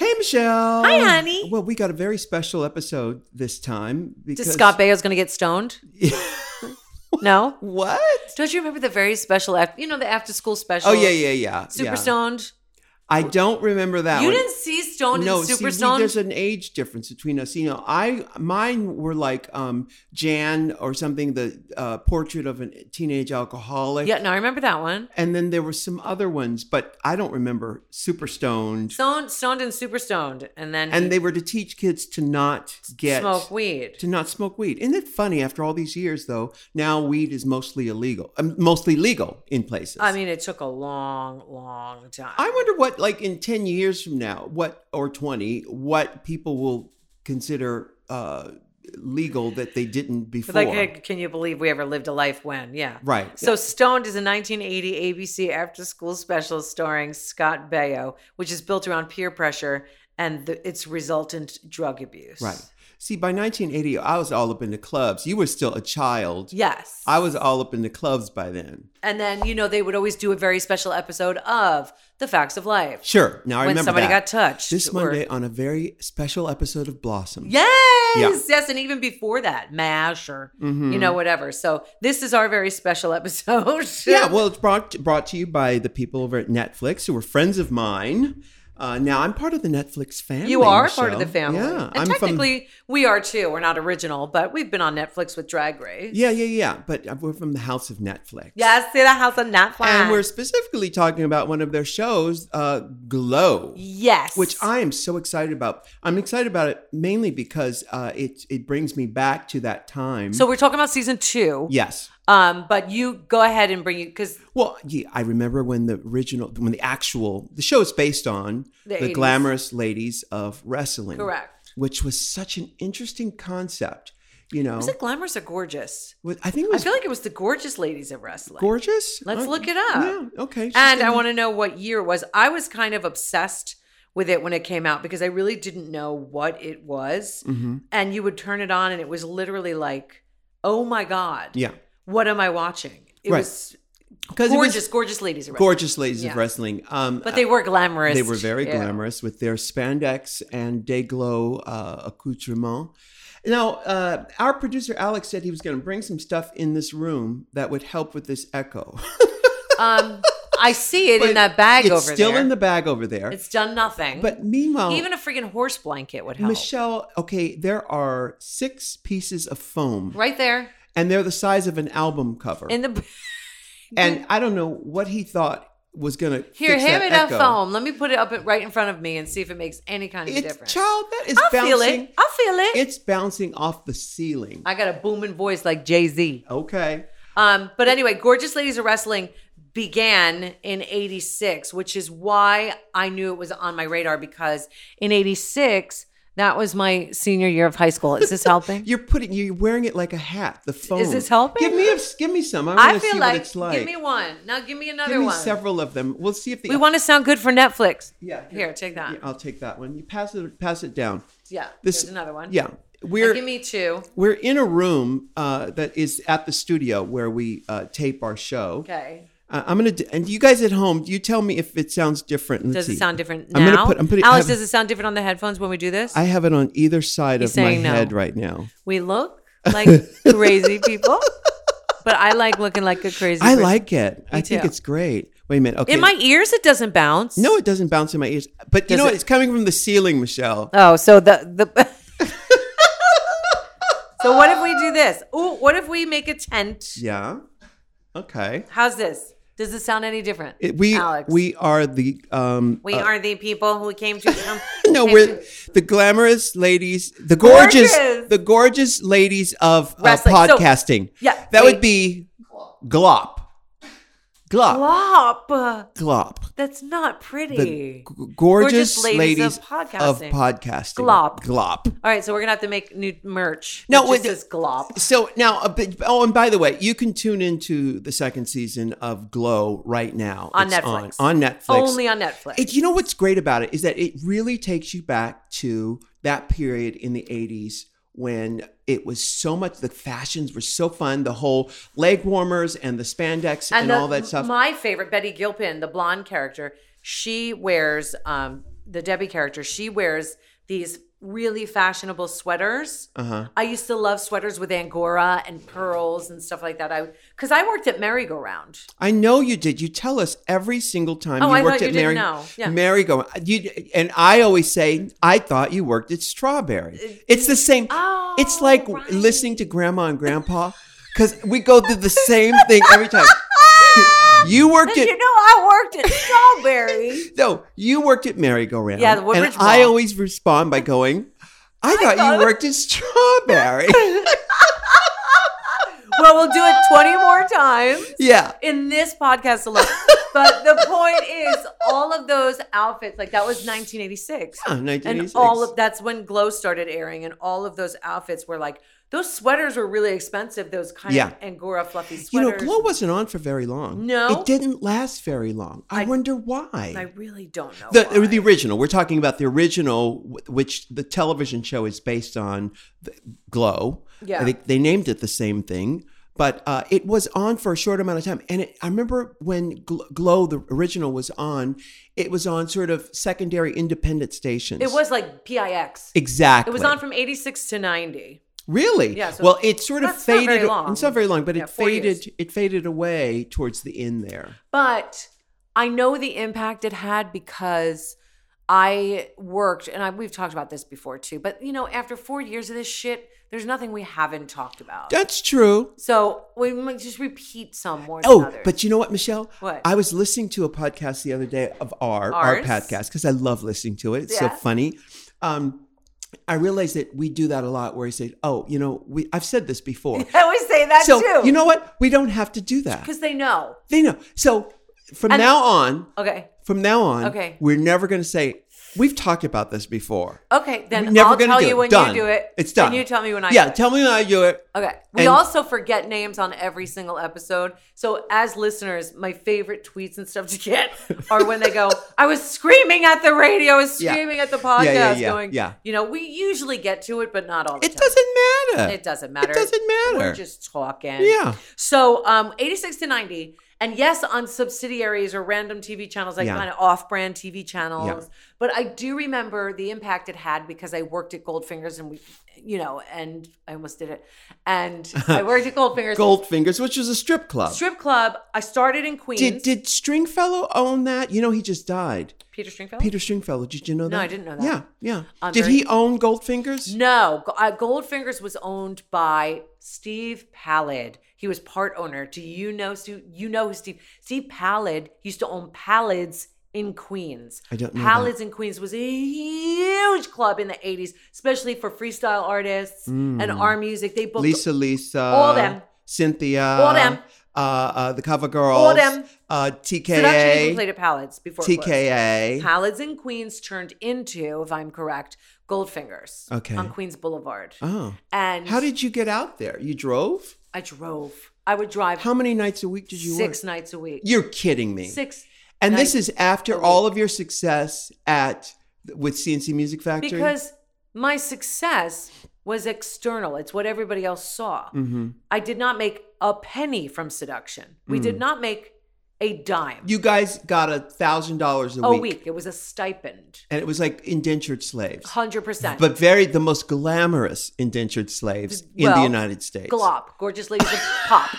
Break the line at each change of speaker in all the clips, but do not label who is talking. Michelle.
Hi, honey.
Well, we got a very special episode this time because
Does Scott Baio's going to get stoned? no?
What?
Don't you remember the very special, after, you know, the after school special?
Oh yeah, yeah, yeah.
Super
yeah.
stoned.
I don't remember that.
you
one.
didn't see stoned
no,
and
see,
super
we-
stoned?
there's an age difference between us. You know, I mine were like um Jan or something, the uh, portrait of a teenage alcoholic.
yeah, no, I remember that one.
And then there were some other ones, but I don't remember. Super stoned,
Stoned, stoned and super stoned. And then
and
he
they were to teach kids to not get
smoke weed.
to not smoke weed. Isn't it funny? After all these years, though, now weed is mostly illegal, um, mostly legal in places.
I mean, it took a long, long time.
I wonder what, like in 10 years from now, what, or 20, what people will consider uh, legal that they didn't before.
like, hey, can you believe we ever lived a life when? Yeah.
right.
So Stoned is a 1980 ABC after school special starring Scott Baio, which is built around peer pressure and the, its resultant drug abuse.
right. See, by 1980, I was all up in the clubs. You were still a child.
Yes.
I was all up in the clubs by then.
and then, you know, they would always do a very special episode of The Facts of Life.
Sure. Now I
when
remember
somebody
that.
got touched.
this
or-
Monday on a very special episode of Blossom.
Yes. Yes. And even before that, MASH or,
Mm-hmm.
you know, whatever. So this is our very special episode.
Yeah, well, it's brought brought to you by the people over at Netflix who were friends of mine. Uh, now I'm part of the Netflix family.
You are
Michelle.
part of the family.
Yeah,
and
I'm from.
technically, we are too. We're not original, but we've been on Netflix with Drag Race.
Yeah, yeah, yeah. But we're from the house of Netflix.
Yes, see the house on Netflix.
and we're specifically talking about one of their shows, uh, Glow.
yes,
Which I am so excited about. I'm excited about it mainly because uh, it it brings me back to that time.
So we're talking about season two.
yes,
Um, but you go ahead and bring you because
Well, yeah, I remember when the original, when the actual, the show is based on
The
the,
80s.
glamorous ladies of wrestling.
Correct.
Which was such an interesting concept. You know,
was it glamorous or gorgeous?
With- I think it
I
was
feel like it was the gorgeous ladies of wrestling.
gorgeous.
Let's
Uh,
look it up.
Yeah. Okay. she's
and I
gonna-
want to know what year it was. I was kind of obsessed with it when it came out because I really didn't know what it was.
Mhm.
And you would turn it on, and it was literally like, "Oh my god,
Yeah.
what am I watching?" It
Right.
was
Because
gorgeous, gorgeous ladies. Around.
gorgeous ladies
Yeah.
of wrestling. Um,
but they were glamorous.
They were very
Yeah.
glamorous with their spandex and day glow uh, accoutrement. Now, uh, our producer Alex said he was going to bring some stuff in this room that would help with this echo.
Um, I see it in
But
that bag
it's
over
still
there.
in the bag over there.
it's done nothing.
but meanwhile,
even a freaking horse blanket would help.
Michelle, okay, there are six pieces of foam,
right there
and they're the size of an album cover.
in the
and I don't know what he thought was going to
here.
fix
Hand me
that
that
echo.
foom. Let me put it up at- right in front of me and see if it makes any kind of
It's
difference.
child that is
I'll
bouncing.
feel it. I'll feel it.
It's bouncing off the ceiling.
I got a booming voice like Jay Z.
okay.
Um, but anyway, Gorgeous Ladies of Wrestling began in 86, which is why I knew it was on my radar because in 86, that was my senior year of high school. Is this helping?
You're putting you're wearing it like a hat. The foam.
this helping?
Give me a give me some. I want
I
to see what
feel like,
it's like.
give me one. Now give me another
Give me
one.
several of them. We'll see if the
we want to sound good for Netflix.
yeah
Here, take that.
Yeah,
Yeah.
I'll take that one. You pass it pass it down.
There's another one.
Yeah.
Now
We're
give me two.
we're in a room uh, that is at the studio where we uh, tape our show.
Okay.
Uh, I'm gonna d- and you guys at home, you tell me if it sounds different. Let's
Does it
see.
sound different now?
I'm gonna put- I'm putting- I
Alex,
have-
does it sound different on the headphones when we do this?
I have it on either side
He's
of my
saying no.
head right now.
we look like crazy people, but I like looking like a crazy.
I
person.
like it. I think
too.
it's great. Wait a minute. Okay.
in my ears. It doesn't bounce.
no, it doesn't bounce in my ears. But you
Does
know what?
it-
It's coming from the ceiling, Michelle.
Oh, so the the. so what if we do this? Ooh, what if we make a tent?
Yeah. Okay.
How's this? Does it sound any different?
It- we
Alex.
we are the um
We are the people who came to come.
no
came
we're
to-
the glamorous ladies the gorgeous,
Gorgeous.
the gorgeous ladies of uh,
Wrestling. So-
podcasting.
yeah,
That
wait.
would be glop. Glop.
Plop.
Glop.
That's not
The
pretty.
g- gorgeous, ladies, of, podcasting.
podcasting. Glop.
Glop.
All right, so we're gonna have to make new merch.
No,
No, it
wait,
just says glop.
So now, a bit, oh, and by the way, you can tune into the second season of Glow right now
On
It's
Netflix.
On, on Netflix.
Only on Netflix.
It, you know what's great about it is that it really takes you back to that period in the 80s when it was so much the fashions were so fun the whole leg warmers and the spandex and,
the-
all that stuff
My favorite, Betty Gilpin, the blonde character, she wears um, the Debbie character, she wears these really fashionable sweaters.
Uh huh.
I used to love sweaters with angora and pearls and stuff like that. I because I worked at Merry Go Round.
I know you did. You tell us every single time
Oh,
you
I
worked
thought you
at
didn't
Mary.
know. Yeah.
Mary going. You, and I always say I thought you worked at Strawberry. It's the same.
Uh, Oh,
it's like
right.
listening to Grandma and Grandpa because we go through the same thing every time. you worked
Did
at
you know I worked at Strawberry?
no. You worked at Merry Go Round.
Yeah, the
and
Woodbridge
I
Mall.
always respond by going. I thought,
thought it
you
was-
worked at Strawberry.
well, we'll do it twenty more times.
yeah.
in this podcast alone. but the point is, all of those outfits, like that was 1986.
Yeah,
And
1986.
all of that's when Glow started airing, and all of those outfits were like those sweaters were really expensive. Those kind
Yeah.
of angora fluffy
You
sweaters.
know, Glow wasn't on for very long.
No.
It didn't last very long. I,
I-
wonder why.
I really don't know.
the,
why.
the original. We're talking about the original, wh- which the television show is based on, the, Glow.
Yeah.
I think they named it the same thing, but uh, it was on for a short amount of time. And it, I remember when Gl- Glow, the original, was on, it was on sort of secondary independent stations.
it was like PIX.
Exactly.
It was on from 86 to 90.
Really?
Yeah, so
well, it sort of
that's not very
faded.
long.
It's not very long, but
Yeah,
it
four years.
faded. It faded away towards the end there.
But I know the impact it had because I worked, and I, we've talked about this before too. But you know, after four years of this shit, there's nothing we haven't talked about.
That's true.
So we might just repeat some more.
Oh,
than others.
but you know what, Michelle?
What?
I was listening to a podcast the other day of our
Ours?
our podcast because I love listening to it. It's so
Yeah.
funny. Um, I realized that we do that a lot, where we say, "Oh, you know, we I've said this before."
I always say that
so
too.
you know what? We don't have to do that.
because they know.
They know. So from
And-
now on,
Okay,
from now on,
Okay.
we're never going to say we've talked about this before.
okay.
We're
Then
never
I'll
gonna
tell
do
you
it.
when
Done.
you do it.
It's done.
And you tell me when I.
yeah,
Do it.
tell me how you do it.
Okay. We
And-
also forget names on every single episode. So as listeners, my favorite tweets and stuff to get are when they go, "I was screaming at the radio, I was
Yeah.
screaming at the podcast,
Yeah, yeah, yeah,
going,
yeah.
You know, we usually get to it, but not all the
It
time.
doesn't matter.
It doesn't matter.
It doesn't matter.
We're just talking.
yeah.
So, um, 86 to 90. And yes, on subsidiaries or random TV channels, like
Yeah.
kind of off brand TV channels.
Yeah.
But I do remember the impact it had because I worked at Goldfingers and we, you know, and I almost did it. And I worked at Goldfingers.
Goldfingers, which is a strip club.
Strip club. I started in Queens.
Did did Stringfellow own that? You know, he just died.
Peter Stringfellow?
Peter Stringfellow. Did you know that?
I didn't know that.
Yeah, yeah.
I'm
did
very-
he own Goldfingers?
No, Go- uh, Goldfingers was owned by Steve Pallid. He was part owner. Do you know Steve? You know who Steve? Steve Pallid used to own Pallids in Queens.
I don't know that.
Pallids in Queens was a huge club in the '80s, especially for freestyle artists and our music. They booked
Hmm. Lisa, Lisa,
All them.
Cynthia,
All them.
uh, uh, the Cover Girls,
All them.
uh,
Seduction Angel
TKA,
played at Pallids before. it closed.
TKA.
Pallets in Queens turned into, if I'm correct, Goldfingers.
Okay.
On Queens Boulevard.
Oh,
And
how did you get out there? You drove?
I drove? I would drive
How many nights a week did you
six
work?
nights a week.
You're kidding me.
Six.
and this
nights
is after all of your success at with CNC Music Factory.
because my success was external. It's what everybody else saw.
Mhm.
I did not make a penny from seduction. We did not make a dime
Mm. you guys got a thousand dollars a
a
week.
week. It was a stipend.
and it was like indentured slaves,
Hundred percent.
but very the most glamorous indentured slaves in the
Well,
United States.
glop, gorgeous ladies of pop.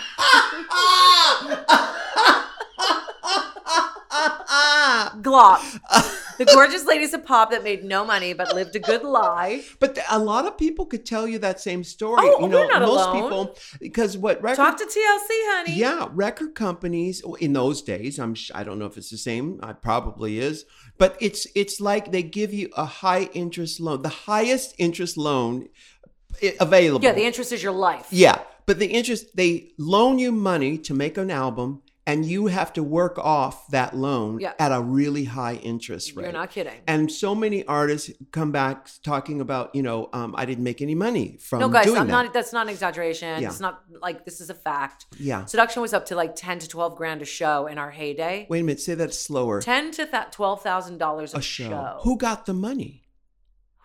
Glop. The gorgeous ladies of pop that made no money but lived a good lie.
But th- a lot of people could tell you that same story.
Oh,
you know,
we're not
most
alone.
people because what record
Talk to TLC, honey.
yeah, record companies oh, in those days. I'm sh- I don't know if it's the same. I probably is, but it's it's like they give you a high interest loan, the highest interest loan i- available.
Yeah, the interest is your life.
Yeah, but the interest they loan you money to make an album, and you have to work off that loan
Yeah.
at a really high interest rate.
You're not kidding.
and so many artists come back talking about, you know, um, I didn't make any money from
no, guys,
doing
I'm
that.
not. That's not an exaggeration.
Yeah.
It's not like this is a fact.
yeah.
Seduction was up to like ten to twelve grand a show in our heyday.
Wait a minute. Say that slower.
Ten to th- twelve thousand dollars a,
a show.
show.
Who got the money?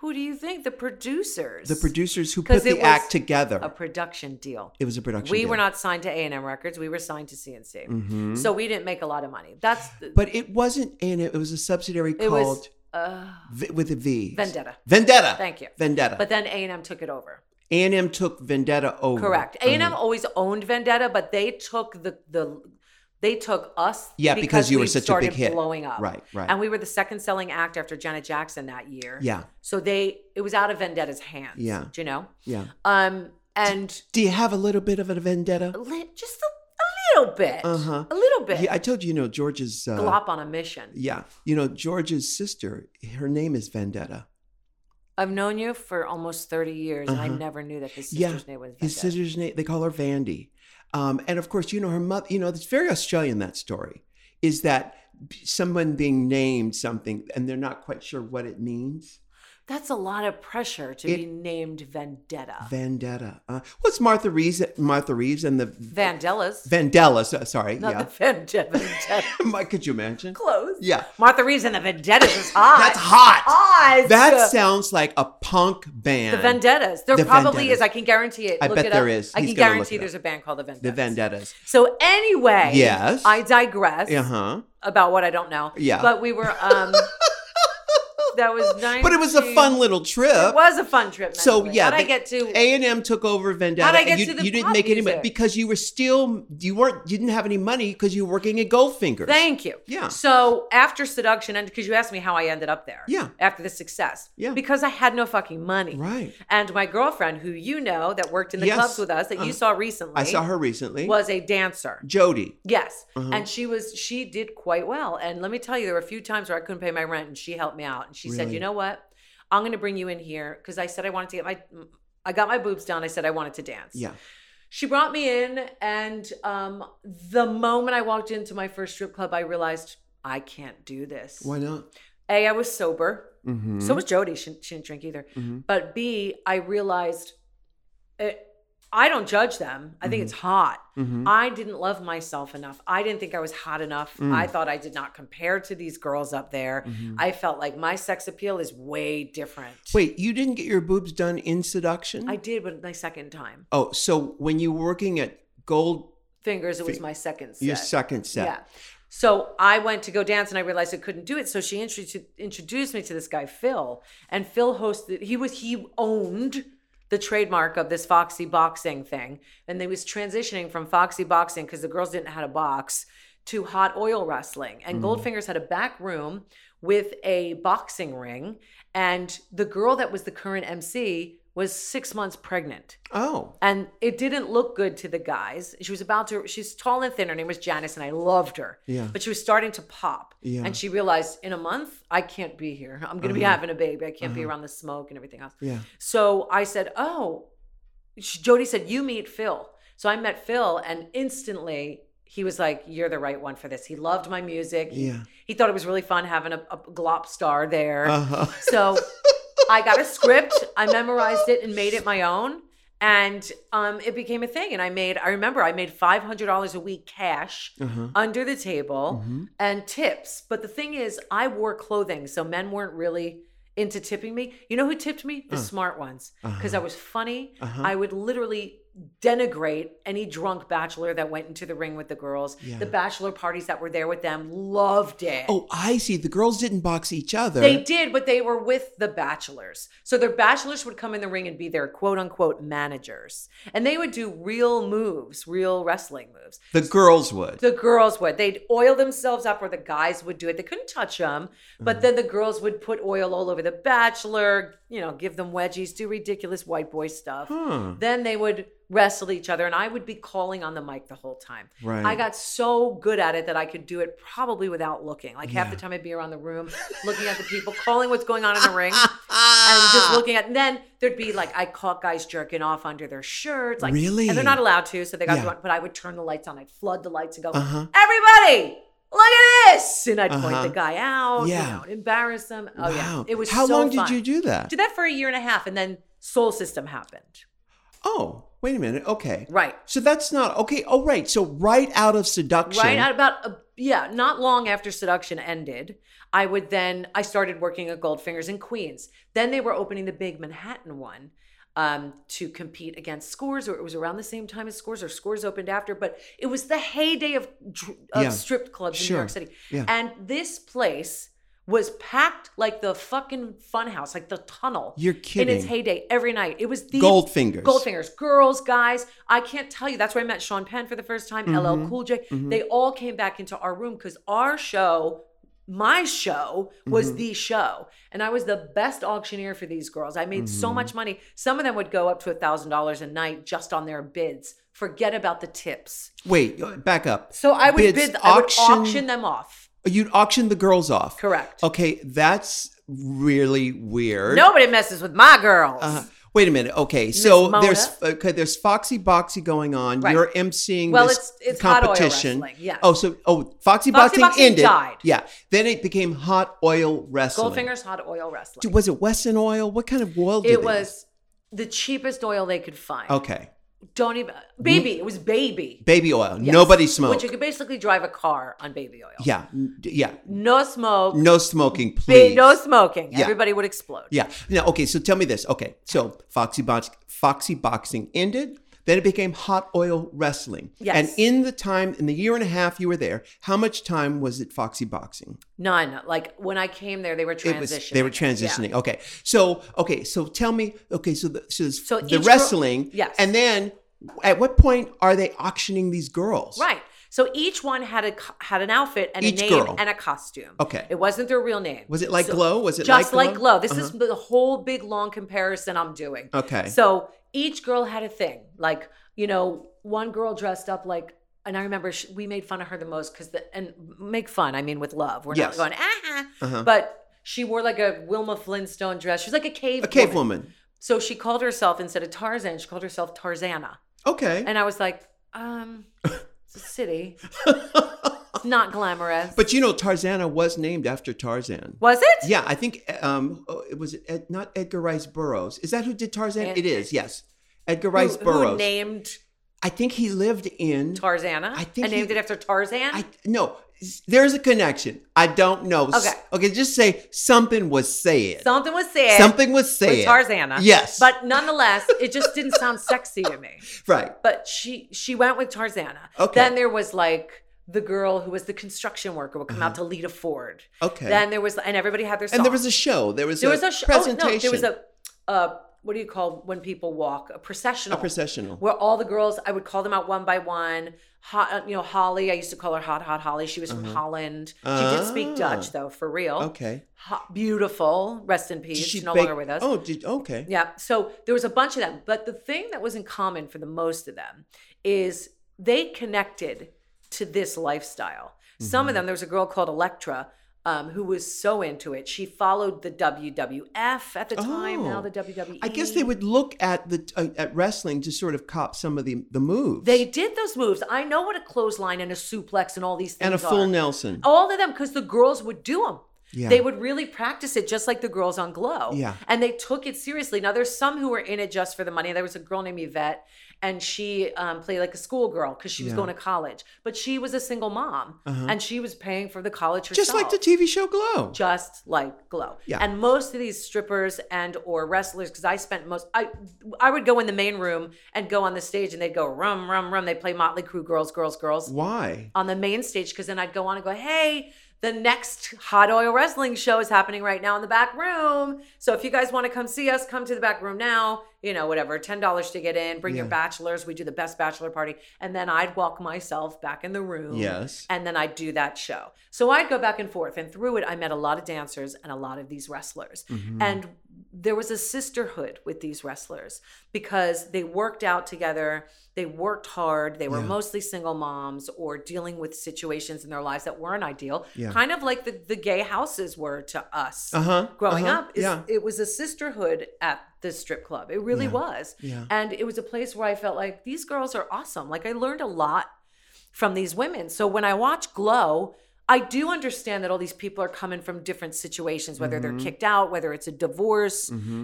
Who do you think? The producers.
The producers who
'Cause
put
it
the
was
act together.
A production deal.
it was a production.
we
deal.
were not signed to A&M Records. We were signed to CNC.
Mhm.
So we didn't make a lot of money. That's
But it wasn't, and it was a subsidiary
It was-
called
Uh,
V- with a V.
Vendetta.
Vendetta.
Thank you.
Vendetta.
But then A&M took it over.
A&M took Vendetta over.
Correct. A and M
Mm-hmm.
always owned Vendetta, but they took the the they took us.
Yeah, because you were
we
such a
started
big hit.
blowing up.
Right, right.
And we were the second selling act after Janet Jackson that year.
Yeah,
So they it was out of Vendetta's hands.
Yeah.
Do you know?
yeah.
Um, and
Do you have a little bit of a vendetta?
li- just a, a little bit.
Uh-huh.
A little bit.
Yeah, I told you, you know, George's. Uh,
Glop on a mission.
Yeah, you know, George's sister, her name is Vendetta.
I've known you for almost thirty years, and I
Uh-huh.
never knew that his
Yeah,
sister's name was Vendetta.
His sister's name, they call her Vandy. Um, and of course, you know, her mother, you know, it's very Australian, that story, is that b- someone being named something and they're not quite sure what it means.
That's a lot of pressure to
It-
be named Vendetta.
Vendetta. Uh, what's Martha Reeves, Martha Reeves and the
Vandellas.
Vandella, so- sorry.
not
yeah.
the Vendetta. Vendetta.
My- Could you imagine?
Close.
Yeah.
Martha Reeves and the Vendettas is hot.
That's hot.
Hot.
That sounds like a punk band.
the Vendettas. There
The
probably
Vendettas.
is. I can guarantee it.
I
Look
bet
it
there
up.
is.
I
He's
can
gonna look
guarantee
it up.
there's a band called the Vendettas.
The Vendettas.
So anyway,
Yes.
I digress
Uh huh.
about what I don't know.
Yeah.
but we were. um That was nice.
But it was a fun little trip.
It was a fun trip.
So,
mentally.
yeah,
how'd I
they-
get to?
A and M took over Vendetta.
How'd I get
and you,
to the
you didn't
pop
make any money
music?
because you were still you weren't you didn't have any money because you were working at Goldfinger.
Thank you.
Yeah.
So after seduction ended, because you asked me how I ended up there.
Yeah.
After the success.
Yeah.
Because I had no fucking money.
Right.
And my girlfriend, who you know that worked in the
Yes.
clubs with us that
Uh,
you saw recently,
I saw her recently.
was a dancer.
Jody.
Yes.
Uh-huh.
And she was she did quite well. And let me tell you, there were a few times where I couldn't pay my rent and she helped me out. And she said,
Really?
"You know what? I'm going to bring you in here because I said I wanted to get my I got my boobs done. I said I wanted to dance."
Yeah.
She brought me in and um the moment I walked into my first strip club, I realized I can't do this.
Why not?
A, I was sober.
Mm-hmm.
So was Jody. She, she didn't drink either.
Mhm.
But B, I realized it, I don't judge them. I
Mm-hmm.
think it's hot.
Mhm.
I didn't love myself enough. I didn't think I was hot enough.
Mm.
I thought I did not compare to these girls up there.
Mhm.
I felt like my sex appeal is way different.
Wait, you didn't get your boobs done in seduction?
I did, but my second time.
Oh, so when you were working at Gold,
Fingers, it was
Fi-
my second set.
your second set.
Yeah. So I went to go dance and I realized I couldn't do it. So she introduced introduced me to this guy Phil, and Phil hosted. He was he owned the trademark of this Foxy Boxing thing, and they was transitioning from Foxy Boxing because the girls didn't know how to box to Hot Oil Wrestling, and Goldfinger's had a back room with a boxing ring, and the girl that was the current MC was six months pregnant
Oh.
and it didn't look good to the guys. She was about to. She's tall and thin. Her name was Janice, and I loved her.
Yeah.
But she was starting to pop.
Yeah. Uh-huh.
And she realized in a month I can't be here. I'm gonna be having a baby. I can't be around the smoke and everything else.
Yeah.
So I said, "Oh," she, Jody said, "You meet Phil." So I met Phil, and instantly he was like, "You're the right one for this." He loved my music. He-
Yeah.
He thought it was really fun having a, a glop star there.
Uh-huh.
So I got a script, I memorized it and made it my own. And um, it became a thing. And I made, I remember I made $500 a week cash
Uh-huh.
under the table
Mhm.
and tips. But the thing is, I wore clothing, so men weren't really into tipping me. You know who tipped me? The
Uh.
smart ones. Because I was funny.
Uh-huh.
I would literally denigrate any drunk bachelor that went into the ring with the girls.
Yeah.
The bachelor parties that were there with them loved it.
Oh, I see. The girls didn't box each other.
They did, but they were with the bachelors. So their bachelors would come in the ring and be their quote unquote managers. And they would do real moves, real wrestling moves.
the girls would.
The girls would. They'd oil themselves up, or the guys would do it. They couldn't touch them, but then the girls would put oil all over the bachelor, you know, give them wedgies, do ridiculous white boy stuff.
huh.
Then they would wrestle each other, and I would be calling on the mic the whole time.
Right.
I got so good at it that I could do it probably without looking. Like half the
Yeah.
time I'd be around the room looking at the people, calling what's going on in the ring, and just looking at. And then there'd be like I caught guys jerking off under their shirts, like
Really?
and they're not allowed to, so they got.
Yeah.
To, but I would turn the lights on, I'd flood the lights and go,
Uh-huh.
"Everybody, look at this!" And I'd
Uh-huh.
point the guy out, you
Yeah.
know, embarrass him. Oh yeah,
Wow.
it was
How
so
long
fun.
did you do that?
Did that for a year and a half, and then Soul System happened.
oh, wait a minute. Okay.
Right.
So that's not okay. Oh, right. So right out of seduction.
Right at about a, yeah, not long after Seduction ended, I would then I started working at Goldfingers in Queens. Then they were opening the big Manhattan one um, to compete against Scores, or it was around the same time as Scores, or Scores opened after. But it was the heyday of, dr- of
Yeah.
strip clubs in New
Sure.
York City,
Yeah.
and this place was packed like the fucking funhouse, like the tunnel.
You're kidding.
In its heyday, every night. It was the
Goldfingers.
Goldfingers, girls, guys. I can't tell you. That's where I met Sean Penn for the first
Mm-hmm.
time, LL Cool J. They all came back into our room because our show, my show, was
Mm-hmm.
the show. And I was the best auctioneer for these girls. I made
Mm-hmm.
so much money. Some of them would go up to a $1,000 a night just on their bids. Forget about the tips.
Wait, uh, back up.
So I would
Bids,
bid, I would auction them off.
You'd auction the girls off.
Correct.
Okay, that's really weird.
Nobody messes with my girls.
Uh, wait a minute. Okay, so
Mona?
there's okay, there's foxy boxy going on.
Right.
You're emceeing
Well,
this
it's- it's hot oil
competition.
wrestling, yes.
Oh, so oh, foxy,
Foxy
boxing
boxing
ended.
died.
Yeah. Then it became hot oil wrestling.
Goldfingers hot oil wrestling.
Was it Western oil? What kind of oil? did
it
they use?
was the cheapest oil they could find.
Okay,
Don't even baby. It was baby.
baby oil.
Yes.
Nobody smoked.
Which you could basically drive a car on baby oil.
yeah, n- yeah.
No smoke.
No smoking, please.
ba- no smoking.
Yeah.
Everybody would explode.
Yeah. Now, okay. So tell me this. Okay. So Foxy Box, Foxy Boxing ended. Then it became Hot Oil Wrestling.
Yes.
And in the time, in the year and a half you were there, how much time was it Foxy Boxing?
None. Like when I came there, they were transitioning.
It was. They were transitioning. Okay. So okay. So tell me. Okay. So the so, there's
So
the
each girl-
wrestling.
Yes.
And then, at what point are they auctioning these girls?
Yeah. Right. So each one had a co- had an outfit and
Each
a name
girl.
and a costume.
Okay.
It wasn't their real name.
Was it like
So-
Glow? Was it
just
like
like
Glow?
glow. This is the whole big long comparison I'm doing.
Uh-huh. Okay.
So each girl had a thing. Like you know, one girl dressed up like, and I remember she, we made fun of her the most because the and make fun. I mean, with love, we're
Yes.
not going ah, ah.
Uh-huh.
but she wore like a Wilma Flintstone dress. She's like a cave
a cave woman.
So she called herself instead of Tarzan, she called herself Tarzana,
Okay.
and I was like, um, it's a city. It's not glamorous.
but you know, Tarzana was named after Tarzan.
was it?
Yeah, I think um, oh, it was Ed, not Edgar Rice Burroughs. Is that who did Tarzan?
Ed-
it is. Yes, Edgar Rice
who,
Burroughs.
who named
I think he lived in.
Tarzana?
I think
and named
he-
it after Tarzan.
I no. There's a connection. I don't know. S-
Okay.
Okay. Just say something was said.
Something was said.
Something was said.
with Tarzana.
Yes.
But nonetheless, it just didn't sound sexy to me.
right.
But she she went with Tarzana.
Okay.
Then there was like the girl who was the construction worker would come out to lead a Ford.
Mm-hmm. Okay.
Then there was and everybody had their song.
and there was a show. There was
there
a
was a sh- oh,
presentation.
no, there was a uh, what do you call when people walk a processional?
A processional.
Where all the girls, I would call them out one by one. Hot, you know, Holly. I used to call her Hot Hot Holly. She was from Holland. She did
Uh-huh. Ah.
speak Dutch though, for real.
okay.
Hot, beautiful. Rest in peace.
Did
She's no
bake-
longer with us.
Oh, did, okay.
Yeah. So there was a bunch of them. But the thing that was in common for the most of them is they connected to this lifestyle. Some
Mm-hmm.
of them, there was a girl called Electra um, who was so into it. She followed the WWF at the time,
Oh.
now the E. WWE.
I guess they would look at the uh, at wrestling to sort of cop some of the the moves.
They did those moves. I know what a clothesline and a suplex and all these things
and a full
are.
Nelson.
all of them because the girls would do them
Yeah.
they would really practice it just like the girls on glow
Yeah.
and they took it seriously now there's some who were in it just for the money there was a girl named yvette and she um, played like a schoolgirl because she was
Yeah. Uh-huh.
going to college but she was a single mom and she was paying for the college herself
Just like the TV show Glow.
just like glow
Yeah.
and most of these strippers and or wrestlers because i spent most i i would go in the main room and go on the stage and they'd go rum rum rum they play motley crew girls girls girls
Why?
on the main stage because then I'd go on and go, hey, the next hot oil wrestling show is happening right now in the back room. So if you guys want to come see us, come to the back room now. You know, whatever, $10 to get in, bring your
Yeah.
bachelors. We do the best bachelor party. And then I'd walk myself back in the room.
Yes.
And then I'd do that show. So I'd go back and forth. And through it, I met a lot of dancers and a lot of these wrestlers.
Mm-hmm.
And there was a sisterhood with these wrestlers because they worked out together. They worked hard. They were
Yeah.
mostly single moms or dealing with situations in their lives that weren't ideal,
Yeah.
kind of like the, the gay houses were to us
Uh huh.
growing up. Is,
Yeah.
It was a sisterhood at the strip club. It really
Yeah.
was.
Yeah.
And it was a place where I felt like these girls are awesome. Like I learned a lot from these women. So when I watch Glow, I do understand that all these people are coming from different situations, whether they're
Mm-hmm.
kicked out, whether it's a divorce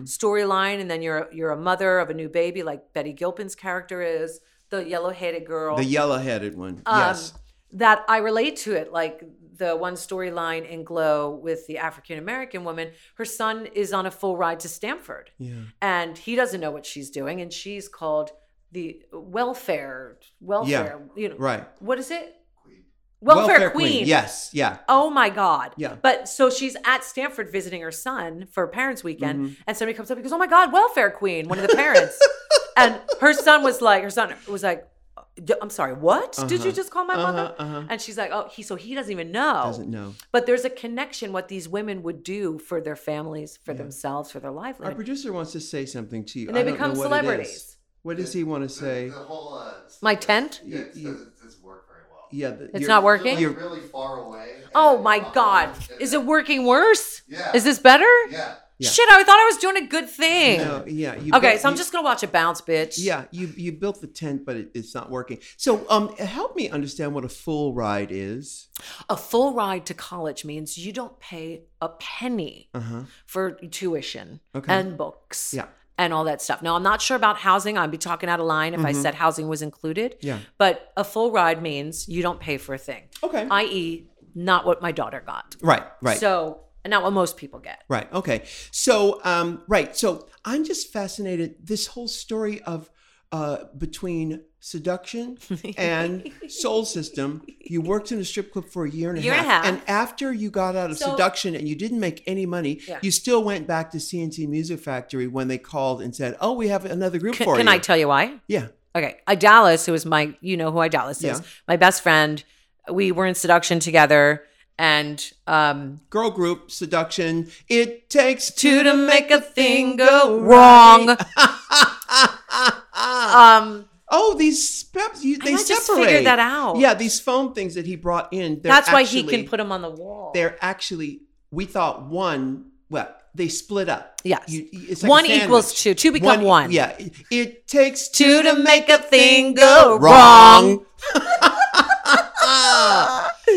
storyline, and then you're you're a mother of a new baby, like Betty Gilpin's character is, the yellow headed girl
The yellow headed one.
Um,
yes.
that I relate to it. Like the one storyline in Glow with the African American woman, her son is on a full ride to Stanford
Yeah.
and he doesn't know what she's doing. And she's called the welfare, welfare, you know,
Right.
what is it? Welfare, Queen.
Yes. Yeah.
Oh my God.
Yeah.
But so she's at Stanford visiting her son for Parents Weekend,
Mm-hmm.
and somebody comes up and goes, "Oh my God, Welfare Queen!" One of the parents, and her son was like, her son was like, "D- "I'm sorry, what did you
Uh-huh.
just call my mother?" Oh.
Uh-huh, uh-huh.
And she's like, "Oh, he so he doesn't even know."
Doesn't know.
But there's a connection what these women would do for their families, for themselves, for their
Our
livelihood.
producer wants to say something to you.
And they
I don't
become
know what it is.
celebrities.
What does he want to say?
The whole, uh,
My tent?
Yeah, it
You-
doesn't, doesn't work very well.
Yeah. the-
It's
you're-
not working?
You're
You're,
really far away. and
Oh
then
my
up
God.
and
Is
then-
it working worse?
Yeah.
Is this better?
Yeah.
Yeah.
Shit, I thought I was doing a good thing.
no, yeah. You
Okay,
built-
so I'm
you-
just gonna watch it bounce, bitch.
Yeah, you you built the tent, but it, it's not working. So, um, help me understand what a full ride is.
A full ride to college means you don't pay a penny
Uh huh.
for tuition
Okay.
and books
Yeah.
and all that stuff. Now, I'm not sure about housing. I'd be talking out of line if I
Mhm.
said housing was included,
Yeah.
but a full ride means you don't pay for a thing,
Okay.
i.e., not what my daughter got.
right. Right.
So, and not what most people get.
Right. Okay. So, um, right. So I'm just fascinated. This whole story of uh, between seduction and soul system. You worked in a strip club for a year and a,
Year and
half,
a half.
and after you got out of
So-
seduction and you didn't make any money,
Yeah.
you still went back to CNC Music Factory when they called and said, "Oh, we have another group
Can,
for
can
you."
I tell you why?
yeah.
Okay. I Dallas, who is my, you know who I Dallas is,
Yeah.
my best friend. We were in seduction together and um
Girl group seduction. It takes
two
two
to make a
thing
thing go
right.
wrong. Um
Oh, these steps. You, they
I just
separate.
figured that out.
Yeah, these foam things that he brought in. they're
Oh. that's why he
actually-
can put them on the wall.
They're actually. We thought one. Well, they split up.
Yes.
You- it's like a
One
sandwich. e-
equals two. Two become one.
Yeah. It takes two
Two to make a thing go
wrong.
wrong.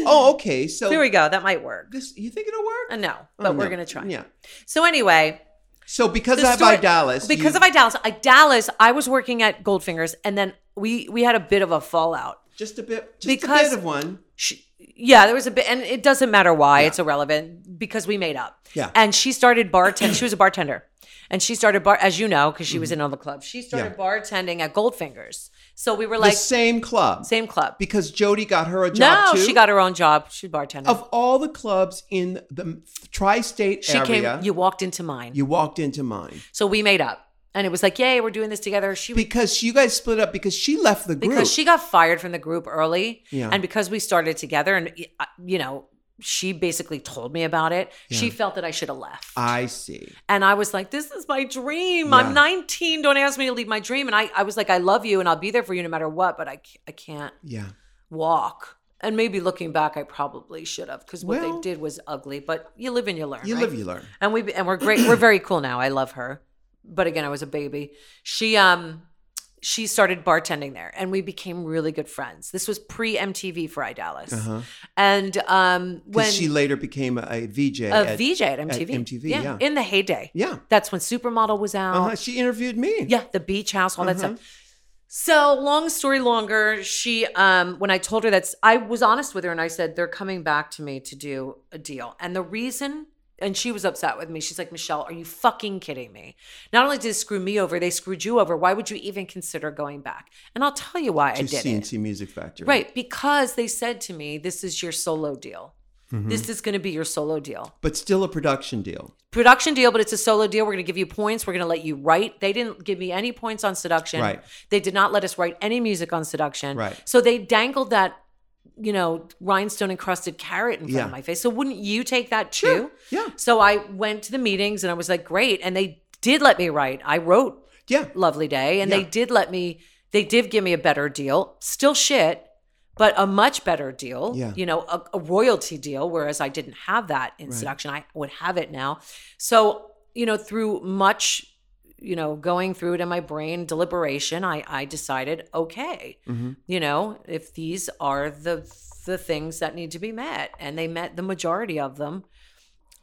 oh, okay. So
There we go. That might work.
this. You think it'll work?
Uh, no, but
Oh,
we're
no.
gonna try.
Yeah.
So anyway,
So because
The
I
story-
buy Dallas.
because
you-
of Idalis, Idalis, I was working at Goldfingers, and then we we had a bit of a fallout.
just a bit. Just
because-
a bit of one.
she, yeah, there was a bit, and it doesn't matter why it's irrelevant because we made up.
Yeah.
and she started bartending. she was a bartender, and she started bar as you know because she
Mm-hmm.
was in all the clubs. She started bartending at Goldfingers, so we were like
the same club.
same club.
because Jody got her a job
No,
too.
she got her own job. She bartended.
of all the clubs in the tri-state
she
area.
came.
you,
You walked into mine,
walked into mine
so we made up, and it was like, yay, we're doing this together. She was
because you guys split up because she left the group.
because she got fired from the group early
Yeah.
and because we started together and uh, you know she basically told me about it she felt that i should have left
I see.
and i was like this is my dream
Yeah.
i'm 19 don't ask me to leave my dream and I, I was like i love you and i'll be there for you no matter what but i, c- I can't
Yeah.
walk and maybe looking back i probably should have because what
Well-
they did was ugly but you live and you learn
You
right?
live, you learn.
and we and we're great we're very cool now i love her but again i was a baby she um she started bartending there and we became really good friends this was pre mtv for iDallas.
Uh-huh.
and um when
Because she later became a, a VJ.
a
at-
vj at mtv
MTV, yeah.
in the heyday
yeah.
that's when supermodel was out
Uh-huh. She interviewed me.
yeah the beach house all that
Uh-huh.
stuff so long story longer she um when i told her that's i was honest with her and i said they're coming back to me to do a deal and the reason and she was upset with me she's like michelle are you fucking kidding me not only did they screw me over they screwed you over why would you even consider going back and i'll tell you why
To
i did it
CNC Music Factory.
right because they said to me this is your solo deal this is going to be your solo deal
But still a production deal.
production deal, but it's a solo deal. We're going to give you points. We're going to let you write. They didn't give me any points on Seduction.
Right.
They did not let us write any music on Seduction.
Right.
So they dangled that, you know, rhinestone encrusted carrot in front
Yeah.
of my face. So wouldn't you take that too?
Yeah.
So I went to the meetings and I was like, great. And they did let me write. I wrote
Yeah.
Lovely Day and
Yeah.
they did let me, they did give me a better deal. Still shit. But a much better deal,
Yeah.
you know, a, a royalty deal, whereas I didn't have that in seduction. I would have it now. So, you know, through much, you know, going through it in my brain deliberation, I, I decided, okay,
Mhm.
you know, if these are the the things that need to be met, and they met the majority of them,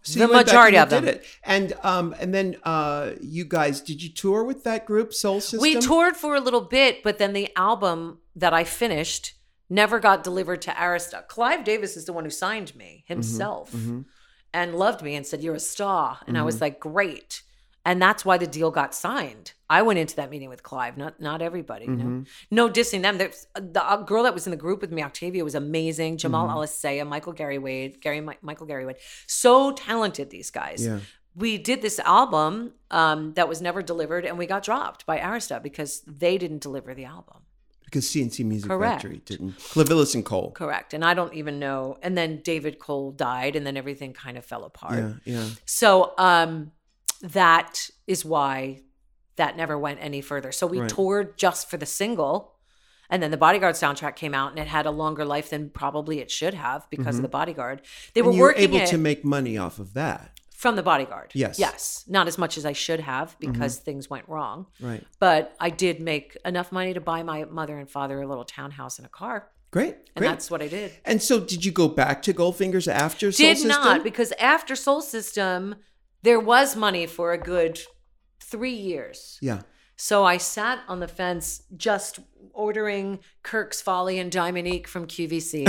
So
The
you went back
majority
and you
of
did it. And um and then uh you guys did you tour with that group Soul System?
We toured for a little bit, but then the album that I finished never got delivered to Arista. Clive Davis is the one who signed me himself
Mhm.
and loved me and said, You're a star. And I was like, Great. And that's why the deal got signed. I went into that meeting with Clive, not not everybody. You
Mm-hmm.
know? No dissing them. There's, the uh, girl that was in the group with me, Octavia, was amazing. Jamal Alisea, Michael Gary Wade, Gary Mi- Michael Gary Wade, so talented. These guys.
Yeah.
We did this album um, that was never delivered, and we got dropped by Arista because they didn't deliver the album.
Because CNC Music
Correct.
Factory didn't. Clavillis and Cole.
Correct. And I don't even know. And then David Cole died, and then everything kind of fell apart.
Yeah, yeah.
So um, that is why that never went any further. So we
Right.
toured just for the single. And then the Bodyguard soundtrack came out and it had a longer life than probably it should have because of the Bodyguard. They
Mm-hmm. And
were
you were
working
able
it
to make money off of that.
from the Bodyguard.
Yes. Mm-hmm.
Yes. Not as much as I should have because things went wrong.
Right.
But I did make enough money to buy my mother and father a little townhouse and a car.
Great.
And
Great.
that's what I did.
And so, did you go back to Goldfingers after Soul
did
System?
not because after Soul System, there was money for a good three years.
yeah,
So I sat on the fence just ordering Kirk's Folly and Diamondique from QVC.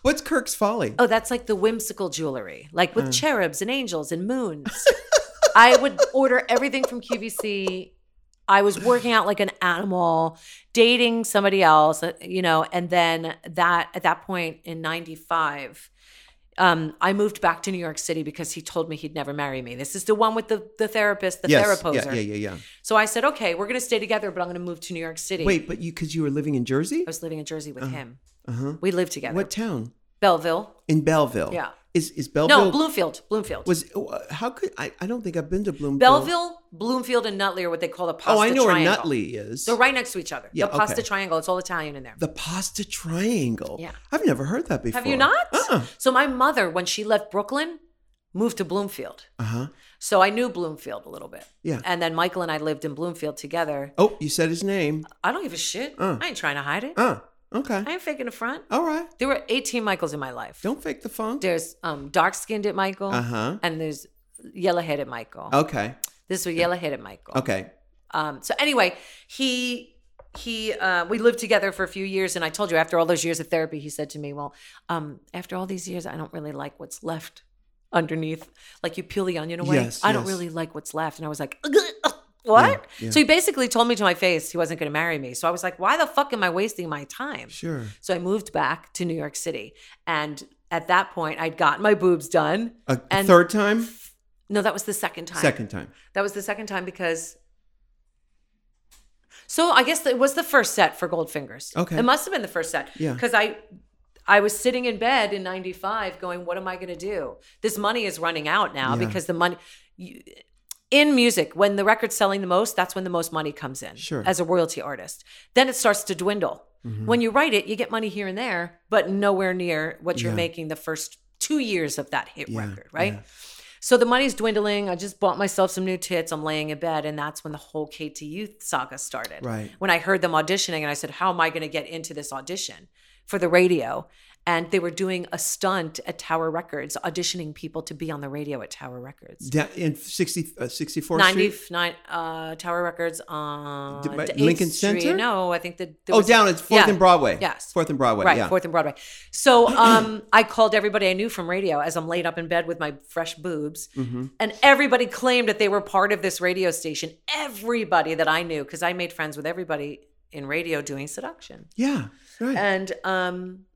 what's Kirk's Folly?
oh, that's like the whimsical jewelry, like
Hmm.
with cherubs and angels and moons. I would order everything from QVC. I was working out like an animal, dating somebody else, uh, you know, and then that at that point in 95 um, I moved back to New York City because he told me he'd never marry me. This is the one with the the therapist, the
yes.
theraposer.
Yeah, yeah, yeah, yeah.
So I said, okay, we're going to stay together, but I'm going to move to New York City.
Wait, but you because you were living in Jersey?
I was living in Jersey with him.
Uh huh.
We lived together.
What town?
Belleville.
In Belleville.
Yeah.
Is is Belleville?
no, Bloomfield. Bloomfield.
was uh, how could I? I don't think I've been to Bloomfield.
Belleville, Bloomfield, and Nutley are what they call the pasta
Oh, I know where
triangle.
Nutley is.
They're right next to each other.
Yeah,
the pasta
okay.
triangle. It's all Italian in there.
The pasta triangle.
Yeah.
I've never heard that before.
Have you not?
Uh
So my mother, when she left Brooklyn, moved to Bloomfield.
uh huh.
So I knew Bloomfield a little bit.
Yeah.
And then Michael and I lived in Bloomfield together.
Oh, you said his name.
I don't give a shit.
Uh.
I ain't trying to hide it.
Uh. Okay.
I ain't faking a front.
All right.
There were 18 Michaels in my life.
Don't fake the funk.
There's um, dark skinned at Michael,
Uh huh.
and there's yellow headed Michael.
Okay.
This was yellow headed Michael.
Oh, Okay.
Um, so anyway, he he uh, we lived together for a few years, and I told you after all those years of therapy, he said to me, "Well, um, after all these years, I don't really like what's left underneath. Like you peel the onion away.
Yes,
I don't
yes.
really like what's left." And I was like. "Ugh, What?
Yeah, yeah.
So he basically told me to my face he wasn't going to marry me. So I was like, why the fuck am I wasting my time?
Sure.
So I moved back to New York City. And at that point, I'd gotten my boobs done.
A
And-
third time.
No, that was the second time.
Second time.
That was the second time because. So I guess it was the first set for Goldfingers.
Okay.
It must have been the first set.
Yeah.
Because I. I was sitting in bed in 95 going, What am I going to do? This money is running out now
Yeah.
because the money you, in music, when the record's selling the most, that's when the most money comes in
Sure. Mm.
as a royalty artist. Then it starts to dwindle.
Mm-hmm.
When you write it, you get money here and there, but nowhere near what you're
Yeah.
making the first two years of that hit
Yeah,
record, right?
yeah.
So the money's dwindling. I just bought myself some new tits. I'm laying in bed, and that's when the whole KT Youth saga started.
Right.
When I heard them auditioning, and I said, "How am I going to get into this audition for the radio?" And they were doing a stunt at Tower Records, auditioning people to be on the radio at Tower Records.
Da- in 60, uh, 64th Street?
99 uh, Tower Records on
D- by
the
Lincoln
8th Street.
Center?
No, I think that there
Oh,
was-
down. It's 4th
Yeah.
and Broadway.
Yes.
4th and Broadway.
Right,
yeah.
Fourth and Broadway. So um, I called everybody I knew from radio as I'm laid up in bed with my fresh boobs,
Mm-hmm.
and everybody claimed that they were part of this radio station. Everybody that I knew, because I made friends with everybody in radio doing seduction
Yeah. Right.
and um,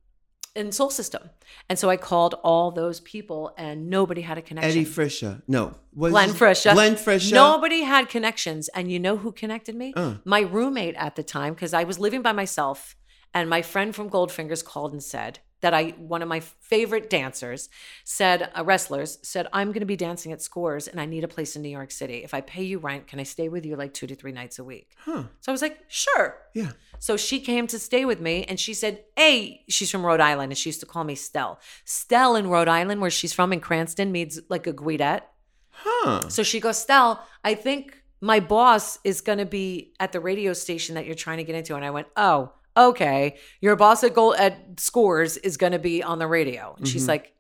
in Soul System, and so I called all those people, and nobody had a connection.
Eddie Frisha. No. Was
Glenn Frisha.
Glenn Frisha.
Nobody had connections. And you know who connected me?
Uh.
My roommate at the time, because I was living by myself. And my friend from Goldfingers called and said that I, one of my favorite dancers, said, uh, wrestlers, said, I'm going to be dancing at Scores and I need a place in New York City. If I pay you rent, can I stay with you like two to three nights a week?
Huh.
So I was like, sure.
Yeah.
So she came to stay with me and she said, Hey, she's from Rhode Island and she used to call me Stell. Stell in Rhode Island, where she's from in Cranston, means like a guidette.
Huh.
So she goes, Stell, I think my boss is going to be at the radio station that you're trying to get into. And I went, Oh, okay. Your boss at Gold at Scores is going to be on the radio. And she's
Mhm.
like,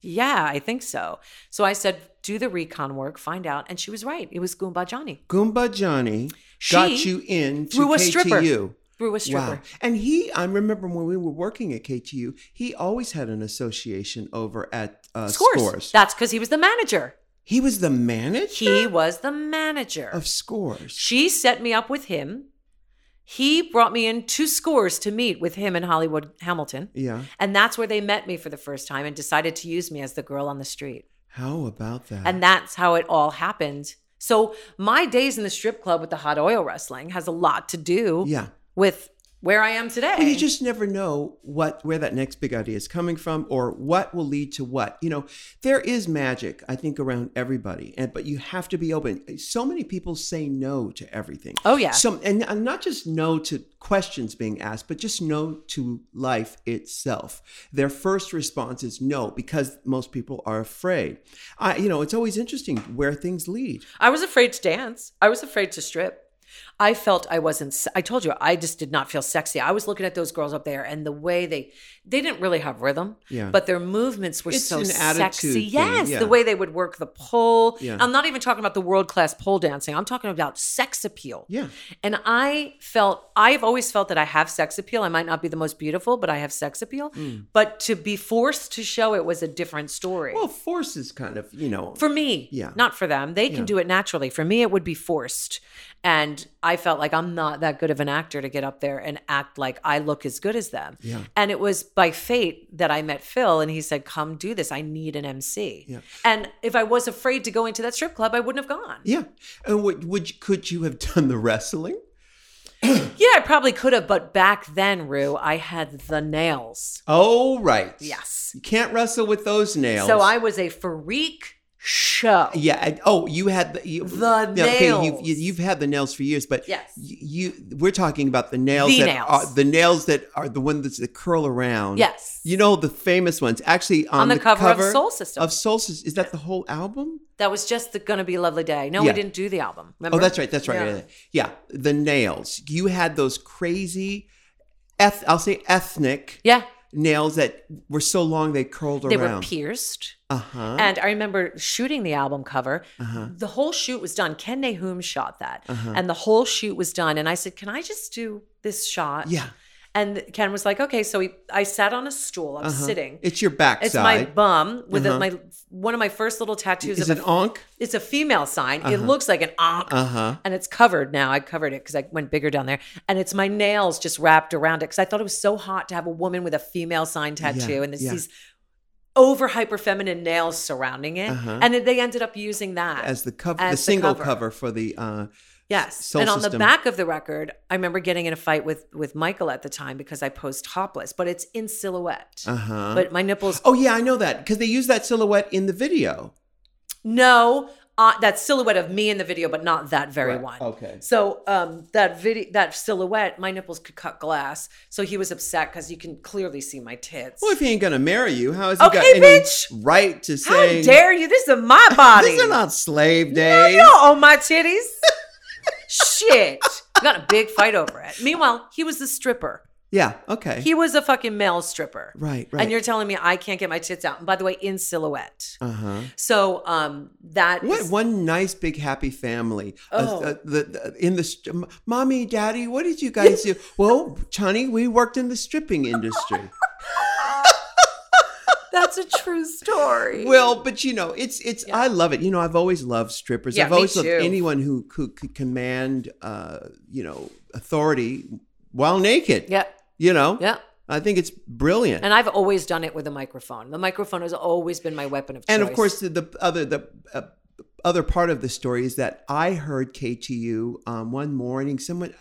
Yeah, I think so. So I said, Do the recon work, find out. And she was right. It was Goomba Johnny.
Goomba Johnny
She
got you in to
threw a
KTU.
stripper. threw a stripper.
Wow. And he, I remember when we were working at KTU, he always had an association over at uh,
Scores.
Scores.
That's because he was the manager.
He was the manager
He was the manager.
of scores.
She set me up with him. He brought me in two scores to meet with him in Hollywood Hamilton.
Yeah.
And that's where they met me for the first time and decided to use me as the girl on the street.
How about that?
And that's how it all happened. So my days in the strip club with the hot oil wrestling has a lot to do
yeah.
with where I am today.
Well, you just never know what where that next big idea is coming from or what will lead to what. You know, there is magic, I think, around everybody. And but you have to be open. So many people say no to everything.
oh yeah.
Some and, and not just no to questions being asked, but just no to life itself. Their first response is no because most people are afraid. I, you know, it's always interesting where things lead.
I was afraid to dance. I was afraid to strip. I felt I wasn't se- I told you I just did not feel sexy. I was looking at those girls up there and the way they they didn't really have rhythm,
Yeah.
but their movements were
It's
so
an attitude
sexy.
thing,
yes,
yeah.
the way they would work the pole.
Yeah.
I'm not even talking about the world-class pole dancing. I'm talking about sex appeal.
Yeah.
And I felt I've always felt that I have sex appeal. I might not be the most beautiful, but I have sex appeal.
Mm.
But to be forced to show it was a different story.
Well, force is kind of, you know,
For me,
Yeah.
not for them. They can
Yeah.
do it naturally. For me, it would be forced. And I felt like I'm not that good of an actor to get up there and act like I look as good as them.
Yeah.
And it was by fate that I met Phil and he said, Come do this. I need an MC.
Yeah.
And if I was afraid to go into that strip club, I wouldn't have gone.
yeah. And would, would you- could you have done the wrestling?
Yeah, I probably could have. But back then, Rue, I had the nails.
Oh, right.
Yes.
You can't wrestle with those nails.
So I was a freak show.
Yeah. I- Oh, you had the, you,
The
yeah,
nails.
you've, you- you've had the nails for years, but
Yes.
y- you, we're talking about the nails
The
that
nails.
are the nails that are the one that's, that curl around.
Yes.
You know the famous ones. Actually, on,
On the cover of Soul System.
Of Soul System. Is that the whole album?
That was just the Gonna Be a Lovely Day. No,
Yeah.
we didn't do the album. Remember?
Oh, that's right. That's right.
Yeah.
Yeah. yeah. The nails. You had those crazy, eth- I'll say ethnic
Yeah.
nails that were so long they curled
They were
around.
pierced.
uh huh.
And I remember shooting the album cover.
Uh-huh.
The whole shoot was done. Ken Nahum shot that. And the whole shoot was done. And I said, Can I just do this shot?
Yeah.
And Ken was like, Okay. So he, I sat on a stool. I'm
Uh-huh.
sitting.
It's your backside.
It's my bum with a-
Uh-huh.
my one of my first little tattoos.
Is
of
it
a,
onk?
it's a female sign. It
Uh-huh.
looks like an onk.
Uh huh.
And it's covered now. I covered it because I went bigger down there. And it's my nails just wrapped around it because I thought it was so hot to have a woman with a female sign tattoo and it's
yeah.
these over hyper feminine nails surrounding it.
Uh-huh.
And they ended up using that.
As the cover,
As
the
the
single
cover.
cover. for the. uh
yes.
Soul
and on the
System.
back of the record, I remember getting in a fight with with Michael at the time because I posed topless, but it's in silhouette.
uh huh.
But my nipples
oh yeah, I know that because they use that silhouette in the video.
no, uh, that silhouette of me in the video, but not that very
Right.
one.
Okay.
So um, that video, that silhouette, my nipples could cut glass. So he was upset because you can clearly see my tits.
Well, if he ain't gonna marry you, how is he got
Okay,
any
bitch.
right to
How
say?
dare you? This is my body.
These are not slave
No,
days.
you don't own my titties. Shit. Got a big fight over it. Meanwhile, he was the stripper.
Yeah. Okay.
He was a fucking male stripper.
right. Right.
And you're telling me I can't get my tits out. And by the way, in silhouette.
Uh huh.
So um, that
What
is-
one nice big happy family. Uh,
Oh.
uh, the, the- in the st- mommy, daddy, what did you guys do? well, Johnny, we worked in the stripping industry.
that's a true story.
Well, but you know, it's it's. I love it. You know, I've always loved strippers.
Yeah,
I've
me
always loved
too.
anyone who who could command, uh, you know, authority while naked.
yeah.
You know.
Yeah.
I think it's brilliant.
And I've always done it with a microphone. The microphone has always been my weapon of choice.
And of course, the, the other the uh, other part of the story is that I heard KTU um, one morning. Someone,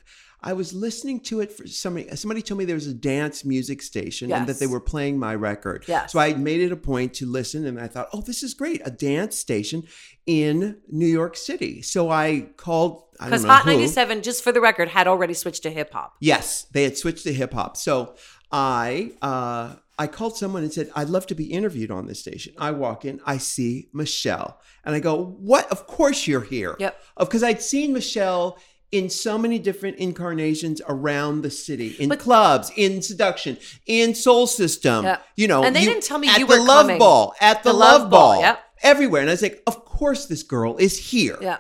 I was listening to it for somebody. Somebody told me there was a dance music station and that they
Yes.
were playing my record.
Yes.
So I made it a point to listen, and I thought, oh, this is great, a dance station in New York City. So I called. I don't
because
know
Hot
who.
97, just for the record, had already switched to hip hop.
Yes, they had switched to hip hop. So I uh, I called someone and said, I'd love to be interviewed on this station. I walk in, I see Michelle, and I go, What? Of course you're here.
Yep.
Because I'd seen Michelle in so many different incarnations around the city, in clubs, in seduction, in Soul System.
Yep.
You know,
And they
you-
didn't tell me
at
you
the
were
love
coming.
ball, at the, love, ball,
Yep.
everywhere. And I was like, Of course this girl is here.
Yeah.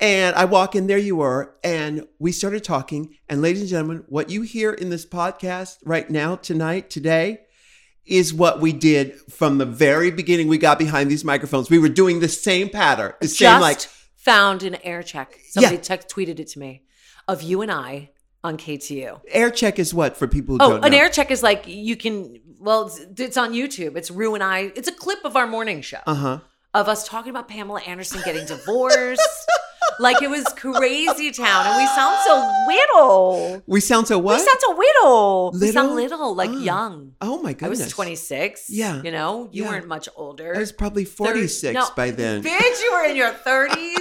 And I walk in, there you were. And we started talking. And ladies and gentlemen, what you hear in this podcast right now, tonight, today, is what we did from the very beginning we got behind these microphones. We were doing the same pattern, the same
Just
like
found an air check. Somebody
Yeah.
text tweeted it to me of you and I on KTU.
air check is what for people who
Oh,
don't
an
know.
air check is like you can. Well, it's, it's on YouTube. It's Rue and I. It's a clip of our morning show
uh-huh.
of us talking about Pamela Anderson getting divorced. like it was crazy town, and we sound so little.
We sound so what?
We sound so little. We sound
Little?
little, like
Oh.
young.
oh my goodness.
I was 26.
Yeah.
You know, you
Yeah.
weren't much older.
I was probably
Thirty-
46
no,
by then.
Bitch, you were in your 30s,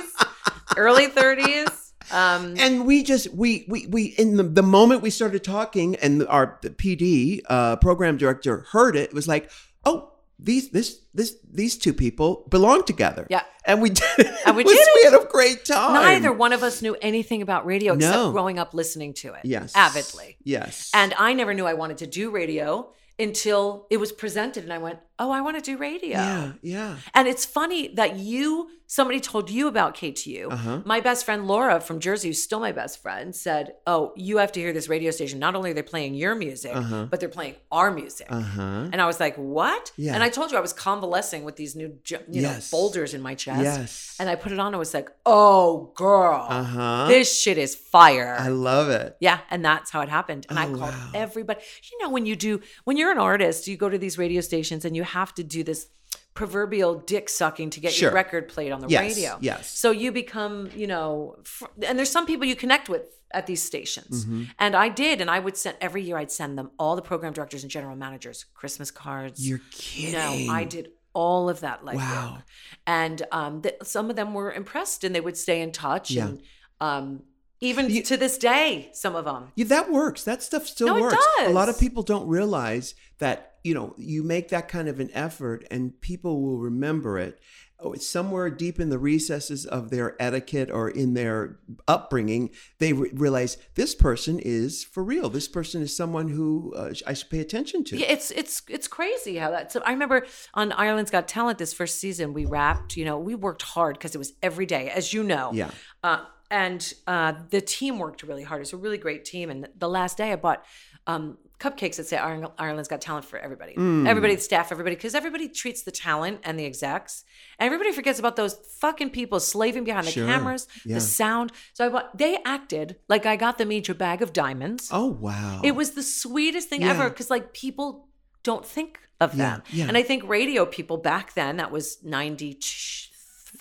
early 30s. Um,
and we just we we we in the, the moment we started talking and our the PD uh, program director heard it, it was like, "Oh, these this this these two people belong together."
Yeah.
And we did it.
And we
It was-
did
we had a great time.
Neither one of us knew anything about radio except
No.
growing up listening to it
Yes.
avidly.
Yes.
And I never knew I wanted to do radio until it was presented and I went, "Oh, I want to do radio."
yeah, yeah.
And it's funny that you somebody told you about KTU.
Uh-huh.
My best friend Laura from Jersey, who's still my best friend, said, "Oh, you have to hear this radio station. Not only are they playing your music,
Uh-huh.
but they're playing our music."
Uh-huh.
And I was like, "What?"
Yeah.
And I told you I was convalescing with these new, ju- you
Yes.
know, boulders in my chest.
Yes.
And I put it on. I was like, "Oh, girl,
uh-huh.
this shit is fire."
I love it.
yeah, and that's how it happened. And I
Oh,
called
wow.
everybody. You know, when you do, when you're an artist, you go to these radio stations and you have to do this proverbial dick sucking to get
Sure.
your record played on the
Yes,
radio.
yes.
So you become, you know, fr- and there's some people you connect with at these stations.
Mm-hmm.
And I did, and I would send every year. I'd send them all the program directors and general managers Christmas cards.
You're kidding.
No, I did all of that like
Wow.
and um, th- some of them were impressed and they would stay in touch
Yeah.
and um, even
You-
to this day some of them
Yeah, that works. That stuff still
No, it
works. A lot of
does.
people don't realize that, you know, you make that kind of an effort and people will remember it. Oh, it's somewhere deep in the recesses of their etiquette or in their upbringing, they re- realize this person is for real. This person is someone who uh, I should pay attention to.
yeah, it's it's it's crazy how that so i remember on ireland's got talent this first season we rapped you know we worked hard because it was every day as you know
Yeah.
uh, and uh, the team worked really hard it's a really great team and the last day i bought um, cupcakes that say Ireland- ireland's got talent for everybody
Mm.
everybody the staff everybody because everybody treats the talent and the execs everybody forgets about those fucking people slaving behind the
Sure.
cameras
Yeah.
the sound so i bought they acted like i got them each a bag of diamonds
Oh, wow.
it was the sweetest thing
Yeah.
ever because like people don't think of
Yeah,
them.
yeah.
And I think radio people back then, that was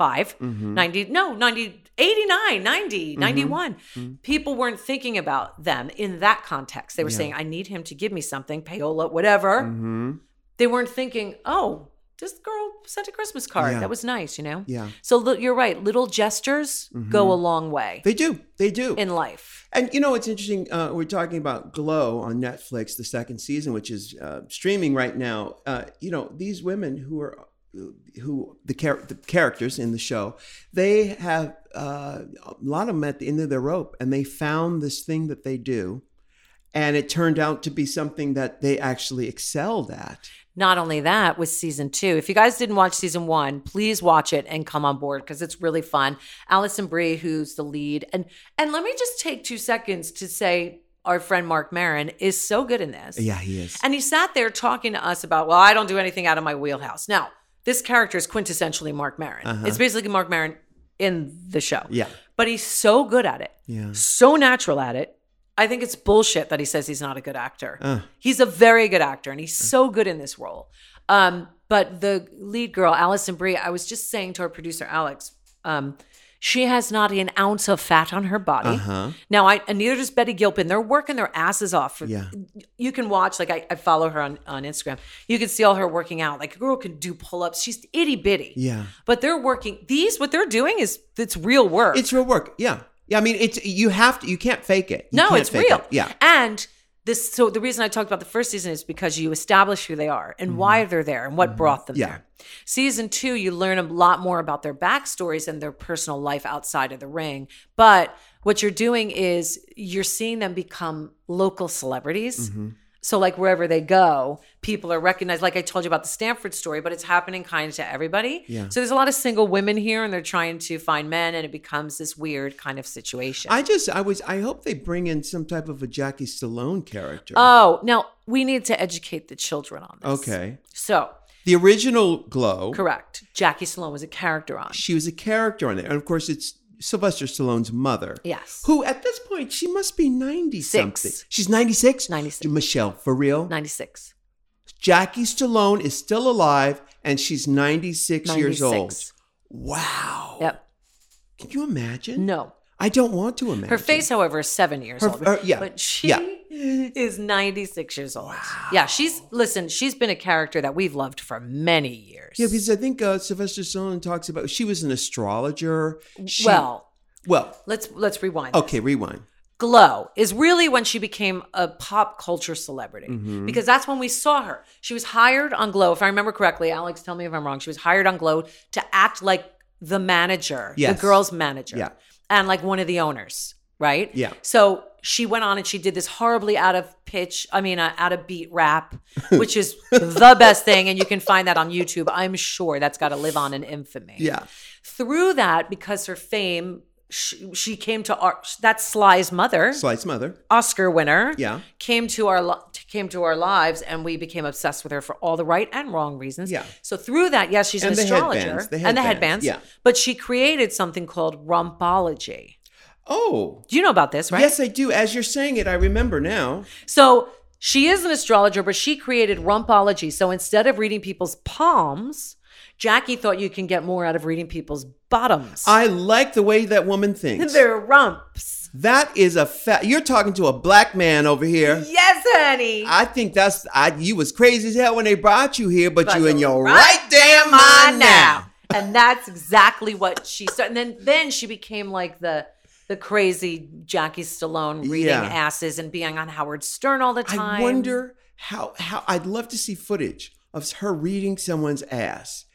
95,
Mhm.
90, no, 90, 89,
Mm-hmm.
90, 91.
Mhm.
People weren't thinking about them in that context. They were
Yeah.
saying, I need him to give me something, payola, whatever.
Mhm.
They weren't thinking, oh, this girl sent a Christmas card.
Yeah.
That was nice, you know?
Yeah.
So li- you're right. Little gestures go a long way
They do. They do.
in life.
And you know, it's interesting. Uh, we're talking about Glow on Netflix, the second season, which is uh, streaming right now. Uh, you know, these women who are who the, char- the characters in the show, they have uh, a lot of them at the end of their rope, and they found this thing that they do, and it turned out to be something that they actually excelled at.
Not only that, with season two, if you guys didn't watch season one, please watch it and come on board because it's really fun. Allison Brie, who's the lead, and and let me just take two seconds to say our friend Mark Marin is so good in this.
Yeah, he is.
And he sat there talking to us about, well, I don't do anything out of my wheelhouse. Now, this character is quintessentially Mark Marin.
Uh-huh.
It's basically Mark Marin in the show.
Yeah,
But he's so good at it,
yeah.
so natural at it. I think it's bullshit that he says he's not a good actor.
Uh, Mm.
He's a very good actor, and he's so good in this role. Um, but the lead girl, Allison Brie, I was just saying to our producer Alex, um, she has not an ounce of fat on her body.
uh-huh.
Now, I and neither does Betty Gilpin. They're working their asses off. For,
Yeah.
you can watch. Like I, I follow her on on Instagram. You can see all her working out. Like a girl can do pull ups. She's itty bitty.
Yeah.
But they're working. These what they're doing is it's real work.
It's real work. Yeah. Yeah, I mean, it's you have to. You can't fake it. You
no,
can't
it's
fake
real.
it. Yeah,
And this so the reason I talked about the first season is because you establish who they are and why they're there and what brought them
Mm-hmm. Yeah.
there. Season two, you learn a lot more about their backstories and their personal life outside of the ring. But what you're doing is you're seeing them become local celebrities.
Mm-hmm.
So, like wherever they go, people are recognized. Like I told you about the Stanford story, but it's happening kind of to everybody.
Yeah.
So, there's a lot of single women here and they're trying to find men, and it becomes this weird kind of situation.
I just I was I hope they bring in some type of a Jackie Stallone character.
Oh, now we need to educate the children on this.
Okay. Oh.
So,
The original Glow.
correct. Jackie Sloan was a character on.
She was a character on it, and of course, it's Sylvester Stallone's mother.
Yes.
Who at this point she must be ninety
Six.
something. She's ninety six.
96.
Michelle, for real.
96.
Jackie Stallone is still alive, and she's ninety six
96.
years old. Wow.
Yep.
Can you imagine?
No.
I don't want to imagine.
Her face, however, is seven years
Her-
old.
uh, yeah.
But she
Yeah.
is 96 years old. Yeah. She's, listen, she's been a character that we've loved for many years.
Yeah, because I think uh, Sylvester Stallone talks about she was an astrologer. She-
well,
well,
let's let's rewind.
okay, rewind.
Glow is really when she became a pop culture celebrity
Mm-hmm.
because that's when we saw her. She was hired on Glow, if I remember correctly. Alex, tell me if I'm wrong. She was hired on Glow to act like the manager,
Yes.
the girl's manager,
Yeah.
and like one of the owners, right?
Yeah.
So she went on and she did this horribly out of pitch, I mean, uh, out of beat rap, which is the best thing. And you can find that on YouTube. I'm sure that's got to live on in infamy
Yeah.
through that because her fame she, she came to our that's sly's mother
Slide's mother.
oscar winner
Yeah.
came to our li- came to our lives and we became obsessed with her for all the right and wrong reasons
Yeah.
so through that yes she's
And
an
the
astrologer
headbands, the
and the
headbands,
headbands
yeah.
but she created something called rumpology
Oh.
do you know about this right
Yes, I do. As you're saying it, I remember now.
So she is an astrologer, but she created rumpology. So instead of reading people's palms, Jackie thought you can get more out of reading people's bottoms.
I like the way that woman thinks.
Their rumps.
That is a fact. You're talking to a black man over here.
Yes, honey.
I think that's I, you was crazy as hell when they brought you here, but,
But
you in
you're
your right,
right
damn mind now.
And that's exactly what she started. And then then she became like the the crazy Jackie Stallone reading
Yeah.
asses and being on Howard Stern all the
I
time.
wonder how how I'd love to see footage of her reading someone's ass.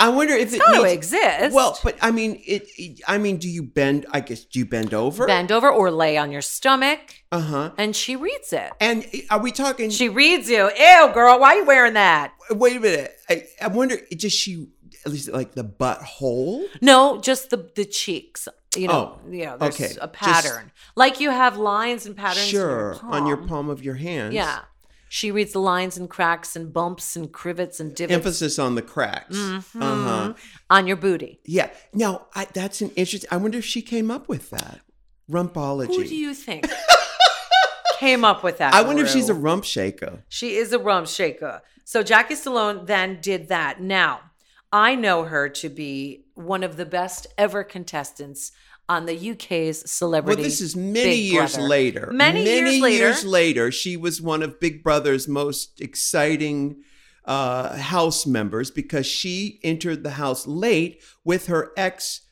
I wonder if it
gotta
needs-
exist.
Well, but I mean, it, it- I mean, do you bend? I guess do you bend over?
Bend over or lay on your stomach,
Uh huh.
and she reads it.
And are we talking?
She reads you. Ew, girl, why are you wearing that?
wait a minute. I, I wonder. Does she at least like the butthole?
No, just the the cheeks. You know,
Oh,
you know, there's
okay.
a
Just-
pattern. like you have lines and patterns. in
Sure, on your
palm.
palm of your hand.
Yeah. She reads the lines and cracks and bumps and rivets and divots
Emphasis on the cracks.
Mm-hmm.
Uh huh.
on your booty.
Yeah. Now I, that's an interesting. I wonder if she came up with that rumpology.
Who do you think came up with that?
I wonder if she's a
Rue?
rump shaker.
She is a rum shaker. So Jackie Stallone then did that. Now, I know her to be one of the best ever contestants on the UK's
Well,
celebrity.
this is many
Big
years
Brother.
later.
Many years later.
years later, she was one of Big Brother's most exciting uh, house members because she entered the house late with her ex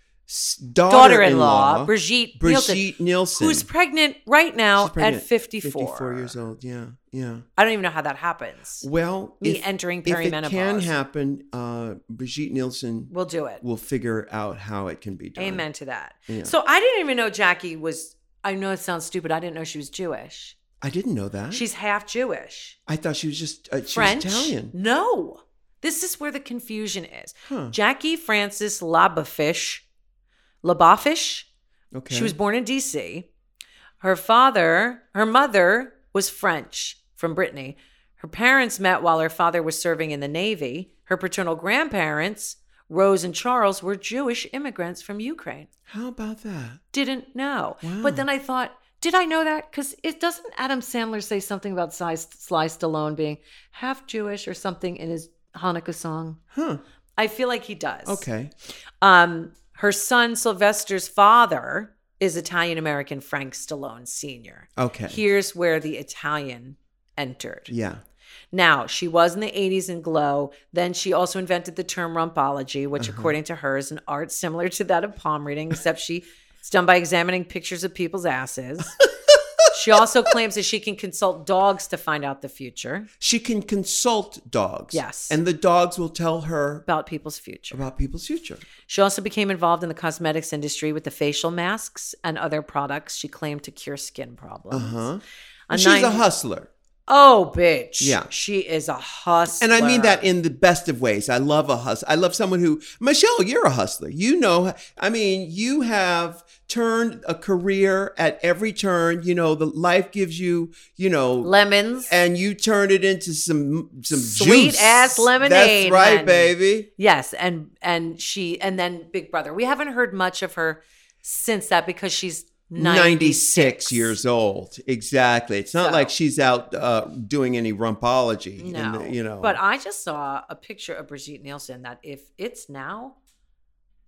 daughter in
daughter-in-law,
law,
Brigitte, Nielsen,
Brigitte Nielsen,
who's pregnant right now
She's pregnant,
at 54.
54 years old. Yeah, yeah.
I don't even know how that happens.
Well,
Me
if,
entering
if it
perimenopause.
can happen, uh, Brigitte Nielsen
We'll do it.
will figure out how it can be done.
Amen to that.
Yeah.
So I didn't even know Jackie was. I know it sounds stupid. I didn't know she was Jewish.
I didn't know that.
She's half Jewish,
I thought she was just uh, she was
French.
Italian.
No, this is where the confusion is.
Huh.
Jackie Frances Labafish, Labafish.
Okay.
She was born in D.C. Her father, her mother was French from Brittany. Her parents met while her father was serving in the Navy. Her paternal grandparents, Rose and Charles, were Jewish immigrants from Ukraine.
How about that?
didn't know.
Wow.
But then I thought, did I know that? Because it doesn't Adam Sandler say something about Sly, Sly Stallone being half Jewish or something in his Hanukkah song?
Huh.
I feel like he does.
Okay.
Um, her son Sylvester's father is Italian American Frank Stallone Sr.
Okay.
Here's where the Italian entered.
Yeah.
Now, she was in the 80s in Glow. Then she also invented the term rumpology, which,
Mm-hmm.
according to her, is an art similar to that of palm reading, except she it's done by examining pictures of people's asses. she also claims that she can consult dogs to find out the future
She can consult dogs.
Yes.
And the dogs will tell her
about people's future.
about people's future.
She also became involved in the cosmetics industry with the facial masks and other products she claimed to cure skin problems.
Uh huh.
A
She's a
nine-
hustler.
Oh, bitch.
Yeah.
She is a hustler.
And I mean that in the best of ways. I love a hustler. I love someone who, Michelle, you're a hustler. You know, I mean, you have turned a career at every turn. You know, the life gives you, you know,
Lemons.
and you turned it into some some
Sweet
juice.
ass
That's
lemonade,
right,
honey.
baby.
yes. And, and she, and then Big Brother. We haven't heard much of her since that because she's 96,
96 years old. Exactly. It's not
So-
like she's out uh, doing any rumpology. in
No.
the- you know.
But I just saw a picture of Brigitte Nielsen that if it's now,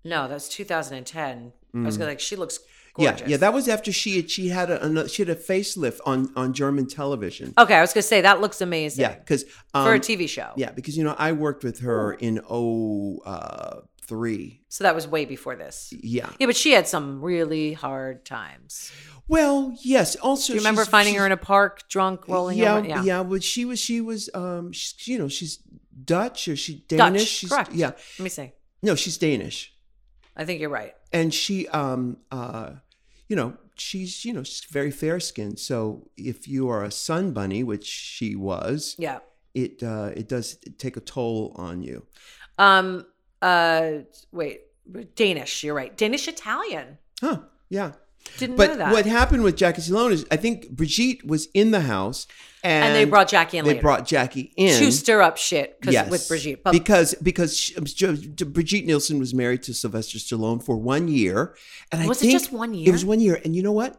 no, that's 2010. I was
Mm.
gonna like, she looks
yeah,
gorgeous.
yeah. That was after she had, she had a ano- she had a facelift on on German television.
okay, I was gonna say that looks amazing
yeah, because um,
Oh, for a TV show.
Yeah, because you know I worked with her in oh uh, three.
So that was way before this.
Yeah.
Yeah, but she had some really hard times.
Well, yes. Also,
Do you remember
she's-
finding
she's-
her in a park, drunk, rolling?
yeah,
over?
yeah, But she was she was um she's, you know she's Dutch or she
Dutch,
Danish. She's,
correct.
Yeah.
Let me see.
No, she's Danish,
I think you're right.
and she um uh you know she's you know she's very fair skinned. So if you are a sun bunny, which she was,
Yeah.
it uh it does take a toll on you.
Um. Uh. Wait. Danish. You're right. Danish Italian.
Huh? Yeah.
Didn't know
But
that.
what happened with Jackie Sloan is I think Brigitte was in the house and,
and they brought Jackie in
they
later
brought Jackie in.
to stir up shit 'cause-
Yes.
with Brigitte. But
because because she, um, Jo- Jo- Brigitte Nielsen was married to Sylvester Stallone for one year, and I
was it
think
just one year?
it was one year. And you know what?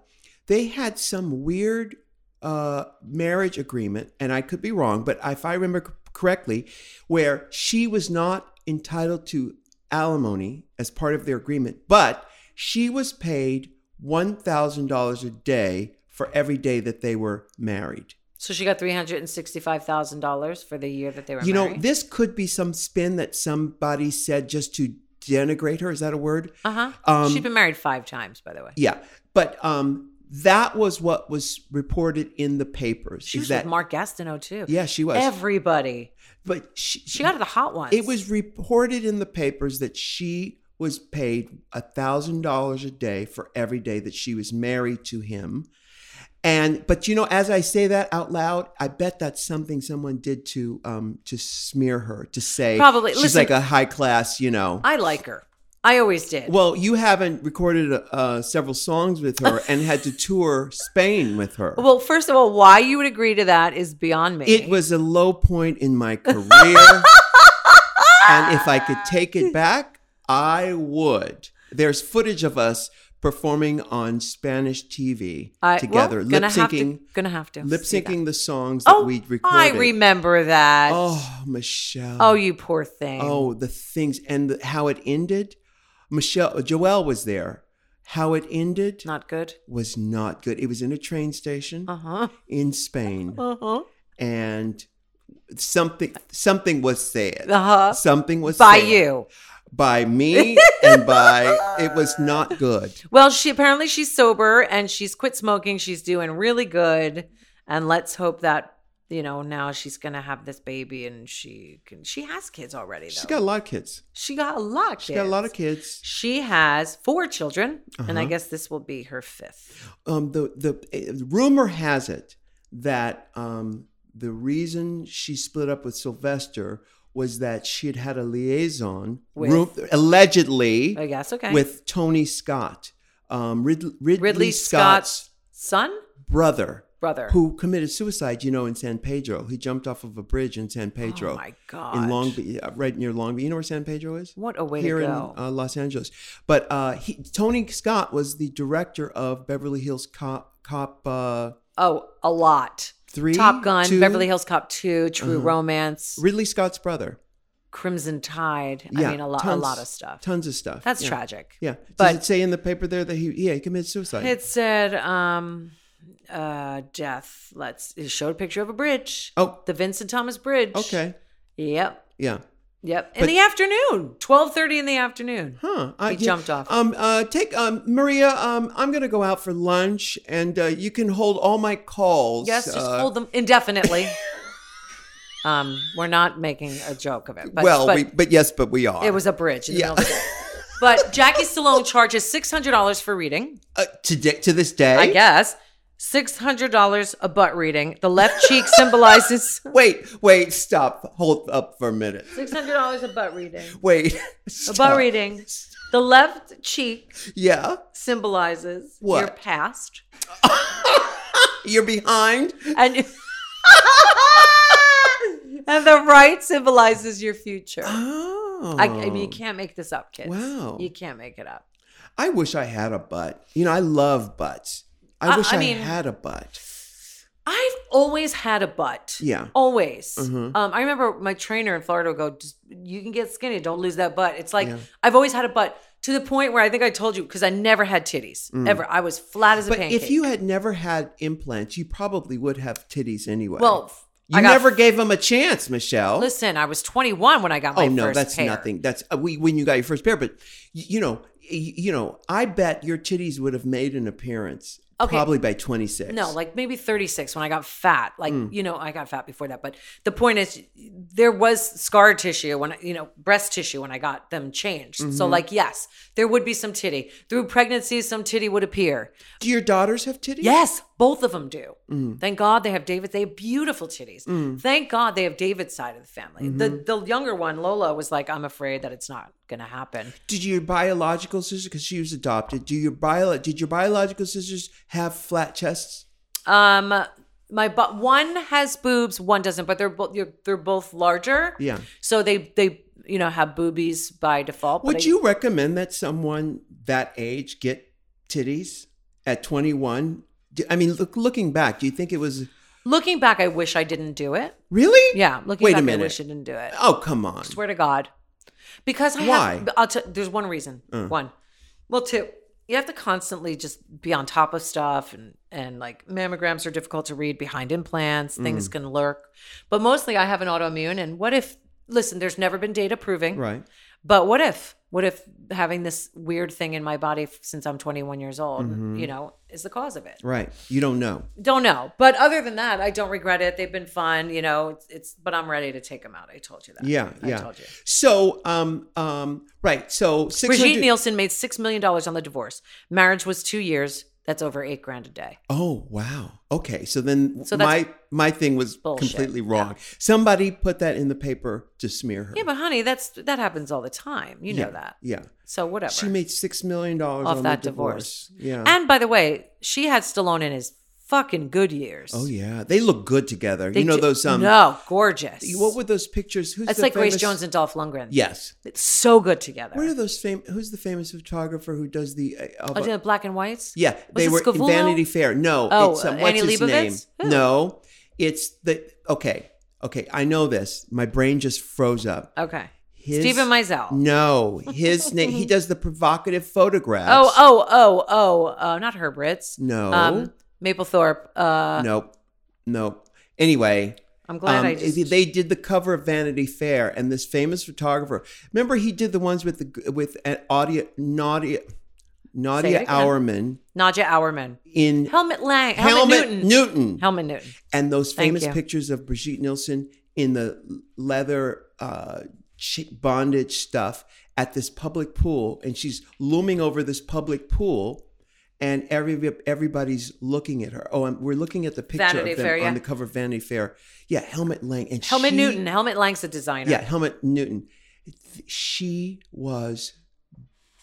They had some weird uh, marriage agreement, and I could be wrong, but if I remember c- correctly, where she was not entitled to alimony as part of their agreement, but she was paid one thousand dollars a day for every day that they were married.
so she got three hundred and sixty-five thousand dollars for the year that they were.
You know,
married.
this could be some spin that somebody said just to denigrate her. Is that a word?
Uh huh.
Um,
She'd been married five times, by the way.
Yeah. But um, that was what was reported in the papers.
She
is
was
that,
with Mark Gastineau too.
Yeah, she was.
Everybody.
but she,
She got the hot ones.
it was reported in the papers that she was paid a thousand dollars a day for every day that she was married to him. And but you know, as I say that out loud, I bet that's something someone did to um to smear her to say
Probably.
she's
Listen-
like a high class, you know.
I like her. I always did.
Well, you haven't recorded uh, several songs with her and had to tour Spain with her.
Well, first of all, why you would agree to that is beyond me.
it was a low point in my career. and if I could take it back, I would. There's footage of us performing on Spanish TV
I-
together,
well,
lip
gonna have to-
syncing,
Gonna have to see
lip
that.
syncing the songs that
Oh,
we recorded.
I remember that. Oh,
Oh, Michelle.
you poor thing.
Oh, the things and the, how it ended. Michelle, Joelle was there. How it ended
not good.
was not good. It was in a train station
Uh huh.
in Spain,
Uh huh.
and something something was said.
Uh huh.
Something was
By
said
you.
by me, and by it was not good.
Well, she apparently she's sober and she's quit smoking. She's doing really good, and let's hope that you know now she's gonna have this baby and she can. She has kids already. Though.
She's got a lot of kids.
she got a lot. Of
She's got a lot of kids.
She has four children, and I
Uh-huh.
guess this will be her fifth.
Um, the the uh, rumor has it that um, the reason she split up with Sylvester was that she had had a liaison,
With-
ru- allegedly,
I guess okay.
with Tony Scott, um, Rid- Ridley,
Ridley
Scott's
Scott's son,
brother,
brother.
who committed suicide, you know, in San Pedro. He jumped off of a bridge in San Pedro.
Oh my god!
in Long Beach, right near Long Beach. You know where San Pedro is?
What a way
Here
to
in
go!
uh, Los Angeles. But uh, he, Tony Scott was the director of Beverly Hills Cop, Cop uh,
oh, a lot.
3.
Top Gun,
2.
Beverly Hills Cop Two, True
Uh-huh.
Romance,
Ridley Scott's brother.
Crimson Tide. I
Yeah,
mean, a lot, a
tons-
lot of stuff.
Tons of stuff.
That's
yeah.
tragic.
Yeah. Does
But-
it say in the paper there that he, yeah, he committed suicide?
It said, um, uh, death. Let's. It showed a picture of a bridge,
oh,
the Vincent Thomas Bridge.
okay.
Yep.
Yeah.
Yep. In
But-
the afternoon, twelve thirty in the afternoon.
Huh. I,
He jumped off.
Um, uh, take um, Maria. Um, I'm gonna go out for lunch, and uh, you can hold all my calls.
Yes, just
uh,
hold them indefinitely. um, we're not making a joke of it. But,
well,
but
we, but yes, but we are.
it was a bridge. In the
Yeah.
middle of the day. But Jackie Stallone charges six hundred dollars for reading.
uh, to di- to this day.
I guess. $600 a butt reading. The left cheek symbolizes
Wait, wait, stop. Hold up for a minute.
$600 a butt reading.
Wait.
A
stop.
butt reading. The left cheek
Yeah.
symbolizes
What?
your past.
You're behind.
And and the right symbolizes your future.
Oh.
I, I mean, you can't make this up, kids.
Wow.
You can't make it up.
Oh. I wish I had a butt. You know, I love butts. I
I-
wish
Uh, I
I,
mean-
had a butt.
I've always had a butt.
Yeah.
Always.
Mhm.
Um, I remember my trainer in Florida would go, "Just- You can get skinny. Don't lose that butt. It's like,
Yeah.
I've always had a butt to the point where I think I told you, because I never had titties
Mm.
ever. I was flat as a
But
pancake.
if you had never had implants, you probably would have titties anyway.
well, f-
you
I got-
never gave them a chance, Michelle.
listen, I was 21 when I got my
oh no,
first
that's
pair.
nothing. That's uh, we when you got your first pair, but y- you know, y- you know, I bet your titties would have made an appearance
Okay.
probably by 26.
No, like maybe 36 when I got fat. Like, you know, I got fat before that. But the point is, there was scar tissue when, I- you know, breast tissue when I got them changed. So, like, yes, there would be some titty. Through pregnancy, some titty would appear.
do your daughters have titties?
Yes, both of them do. Thank God they have David. They have beautiful titties. Thank God they have David's side of the family. The the younger one, Lola, was like, I'm afraid that it's not going to happen.
Did your biological sister cuz she was adopted? Do your bio did your biological sisters have flat chests?
Um, my but one has boobs, one doesn't, but they're both you're- they're both larger.
Yeah.
So they they you know have boobies by default. but
Would
I-
you recommend that someone that age get titties at 21? Do- I mean, look, looking back, do you think it was
looking back? I wish I didn't do it.
really?
Yeah, looking
Wait a
back,
minute.
I wish I didn't do it.
Oh, come on.
Swear to God, because I
Why? Uh.
Have, I'll tell. There's one reason. One, well, two. You have to constantly just be on top of stuff, and and like mammograms are difficult to read behind implants. Things
Mm.
can lurk, but mostly I have an autoimmune. And what if? Listen, there's never been data proving.
Right.
But what if? What if having this weird thing in my body f- since I'm 21 years old,
Mm-hmm.
you know, is the cause of it?
Right. You don't know.
Don't know. But other than that, I don't regret it. They've been fun, you know. It's, it's but I'm ready to take them out. I told you that.
Yeah,
I
yeah.
told you.
So, um, um, right. So, 600
Brigitte Nielsen made six million dollars on the divorce. Marriage was two years. That's over eight grand a day.
Oh, wow. Okay. So then
So that's
my my thing was
bullshit.
completely wrong. Somebody put that in the paper to smear her.
Yeah, but honey, that's that happens all the time. You know
Yeah,
that.
Yeah.
So whatever.
She made uh, $6 million
Off
on
that
the
divorce.
divorce. Yeah.
and by the way, she had Stallone in his fucking good years.
oh, yeah. They look good together.
They
you know
do-
those um
no gorgeous.
what were those pictures? Who's
It's
the
like
famous,
Grace Jones and Dolph Lundgren.
Yes.
It's so good together.
What are those fam- who's the famous photographer who does the uh,
oh,
uh,
the black and whites?
Yeah, they
it
were in
Scavulo?
Vanity Fair. No,
Oh,
it's um,
uh,
what's
Annie
his
Leibovitz?
name?
Who?
No, it's the okay, okay. I know this. My brain just froze up.
Okay.
His,
Stephen Meisel.
No, his name. He does the provocative photographs.
Oh, oh, oh, oh, uh, not Herbert's.
no,
Um, Maplethorpe. Uh,
nope, nope. Anyway,
I'm glad
um,
I just.
they did the cover of Vanity Fair, and this famous photographer. Remember, he did the ones with the with an audio Nadia Nadia
again.
Auerman
Nadja Auerman.
in
Helmet Lang. Helmet,
Helmut
Newton.
Newton.
Helmet Newton.
and those famous
you.
pictures of Brigitte Nielsen in the leather uh, chick bondage stuff at this public pool, and she's looming over this public pool, and every everybody's looking at her. Oh, and we're looking at the picture
Vanity
of them
Fair, yeah.
on the cover of Vanity Fair. Yeah, Helmet Lang and
Helmet
she-
Newton. Helmet Lang's a designer.
Yeah, Helmet Newton. She was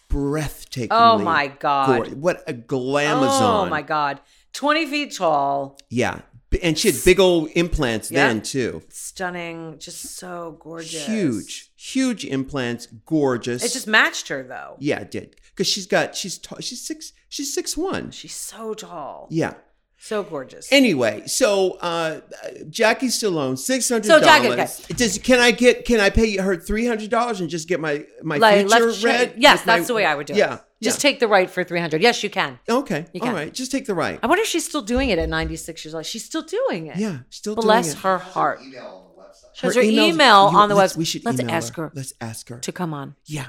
breathtaking.
Oh my God.
What a glamazon!
Oh my God. 20 feet tall.
Yeah, and she had big old implants
Yeah.
then too.
Stunning. Just so gorgeous.
Huge, huge implants, gorgeous.
It just matched her though.
yeah, it did because she's got she's tall. She's six. She's six one.
She's so tall.
Yeah.
So gorgeous.
Anyway, so uh, Jackie Stallone, six hundred
So
dollars.
Jackie,
Does can I get can I pay her three hundred dollars and just get my my
like
future
left
read?
red. Yes,
with my-
that's the way I would do
yeah,
it. Just take the right for 300. Yes, you can.
take. Okay.
You
All
can.
right. Just take the right.
I wonder if she's still doing it at 96 years old. She's still doing it.
Yeah. Still
Bless
doing it.
her heart.
Email on the website.
She has her,
email's-
email
you-
on the
let's-
website.
We should
Let's
email
ask her
Let's ask her.
to come on.
yeah.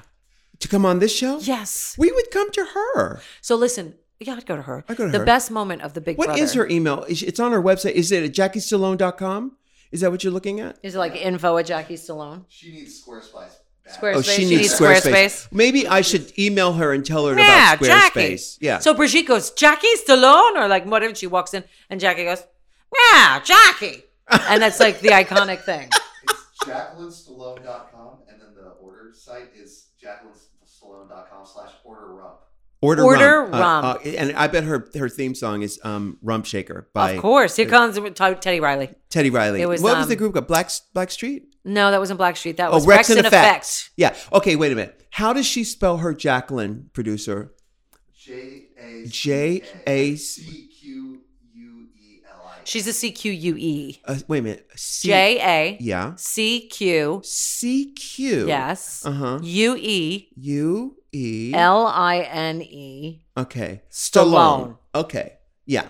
To come on this show.
Yes.
We would come to her.
So listen, yeah, I'd go to her.
I'd go to
the
her.
best moment of the Big
What
Brother.
is her email? Is- It's on her website. Is it at jackiestallone.com? Is that what you're looking at?
Is it like info at Jackie Stallone?
She needs Squarespace
Squarespace.
Oh, she needs Squarespace. Maybe I should email her and tell her
Yeah,
about Squarespace.
Jackie.
Yeah.
So Brigitte goes, Jackie Stallone, or like whatever. She walks in, and Jackie goes, Yeah, Jackie, and that's like the iconic thing.
It's JacquelineStallone.com, and then the order site is JacquelineStallone.com slash order rump.
order,
Order
rump. Uh,
Rump.
uh, and I bet her her theme song is um, "Rump Shaker" by
of course, here comes T- Teddy Riley.
Teddy Riley.
It was,
what was
um,
the group called? Black Black Street.
No, that wasn't Blackstreet. That
Oh,
was
Rex
Rex,
and
and
Effect.
Effect.
Yeah. Okay. Wait a minute. How does she spell her Jacqueline producer?
J A E
J A C-
C Q U E L I.
She's a C Q U E
Uh, wait a minute. C-
J A
Yeah.
C Q.
C Q.
Yes.
Uh huh.
U E
U E
L I N E.
Okay.
Stallone.
Okay. Yeah.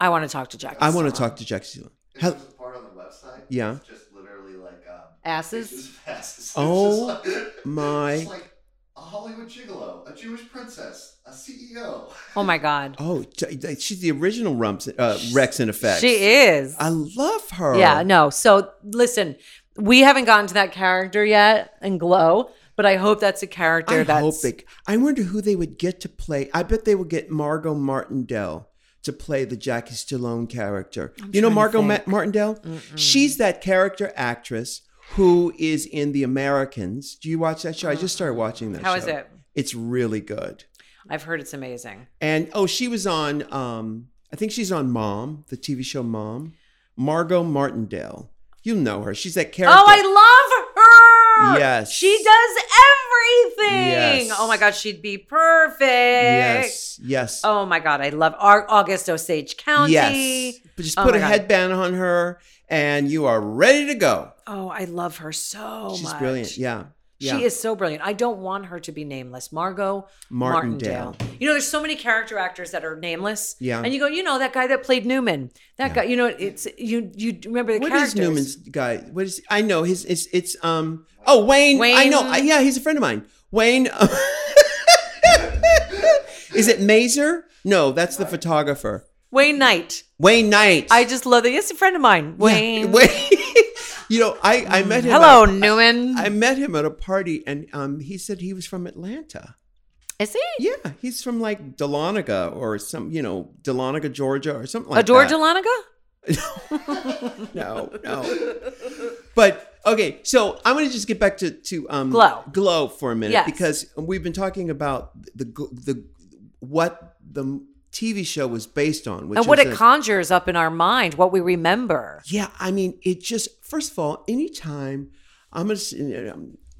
I want to talk to Jackie.
I want
Stallone.
to talk to Jackie Stallone.
There's
How-
a part on the website.
Yeah.
It's just literally like um,
asses.
Asses.
Oh
It's just like-
my-
It's like a Hollywood gigolo, a Jewish princess, a E CEO.
Oh my God.
Oh, J- J- she's the original Rumps uh, Rex in effect.
She is.
I love her.
Yeah, no. So listen, we haven't gotten to that character yet in Glow, but I hope that's a character
I
that's
hope they. I wonder who they would get to play. I bet they would get Margot Martindale to play the Jackie Stallone character. you know
trying to
Margot Ma-
think.
Martindale? She's that character actress who is in The Americans. Do you watch that show? I just started watching that
How
show.
is it?
It's really good.
I've heard it's amazing.
And oh, she was on. Um, I think she's on Mom, the TV show Mom. Margot Martindale. You know her. She's that character.
Oh, I love her.
Yes.
She does everything.
Yes.
Oh my god, she'd be perfect.
Yes. Yes.
Oh my god, I love our August Osage County.
Yes. But just
Oh
put
my
a
God.
headband on her and you are ready to go.
Oh, I love her so
She's
much.
brilliant. Yeah. Yeah.
She is so brilliant. I don't want her to be nameless. Margot
Martindale.
Martindale. You know, there's so many character actors that are nameless.
Yeah.
And you go, you know, that guy that played Newman. That
Yeah.
guy, you know, it's you you remember the
What is
characters.
Newman's guy? What is I know his it's it's um oh Wayne. I know.
Wayne.
I, yeah, he's a friend of mine. Wayne Is it Mazer? No, that's the photographer.
Wayne Knight.
Wayne Knight.
I just love that. It's a friend of mine.
Yeah,
Wayne.
Wayne. you know, I I met him
Hello,
at-
Newman.
I met him at a party and um he said he was from Atlanta.
is he?
Yeah, he's from like Dahlonega or some, you know, Dahlonega, Georgia or something like
Adore
that.
Delanaga?
No, no. But okay, so I'm going to just get back to to um,
Glow.
glow for a minute
Yes.
because we've been talking about the gl- the what the TV show was based on, which
And what
is
it
a-
conjures up in our mind, what we remember.
yeah, I mean, it just first of all, anytime I'm going to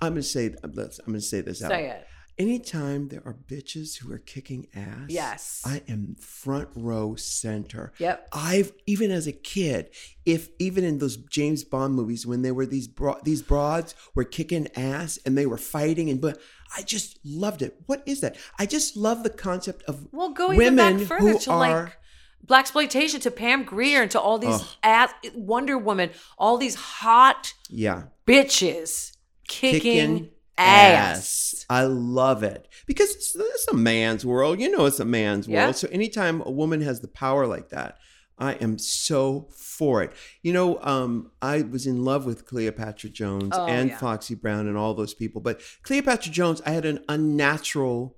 I'm going to say I'm going to say this out.
Say it.
Anytime there are bitches who are kicking ass,
Yes.
I am front row center.
Yep.
I've even as a kid, if even in those James Bond movies when they were these bro- these broads were kicking ass and they were fighting and but I just loved it. What is that? I just love the concept of
Well, go even
women
back further
who
to
are
like black exploitation to Pam Greer and to all these ass, Wonder Woman, all these hot
yeah
bitches kicking,
kicking
ass.
I love it because it's, it's a man's world. You know, it's a man's
Yeah.
world. So anytime a woman has the power like that, I am so for it. You know, um, I was in love with Cleopatra Jones
Oh,
and
yeah.
Foxy Brown and all those people, but Cleopatra Jones, I had an unnatural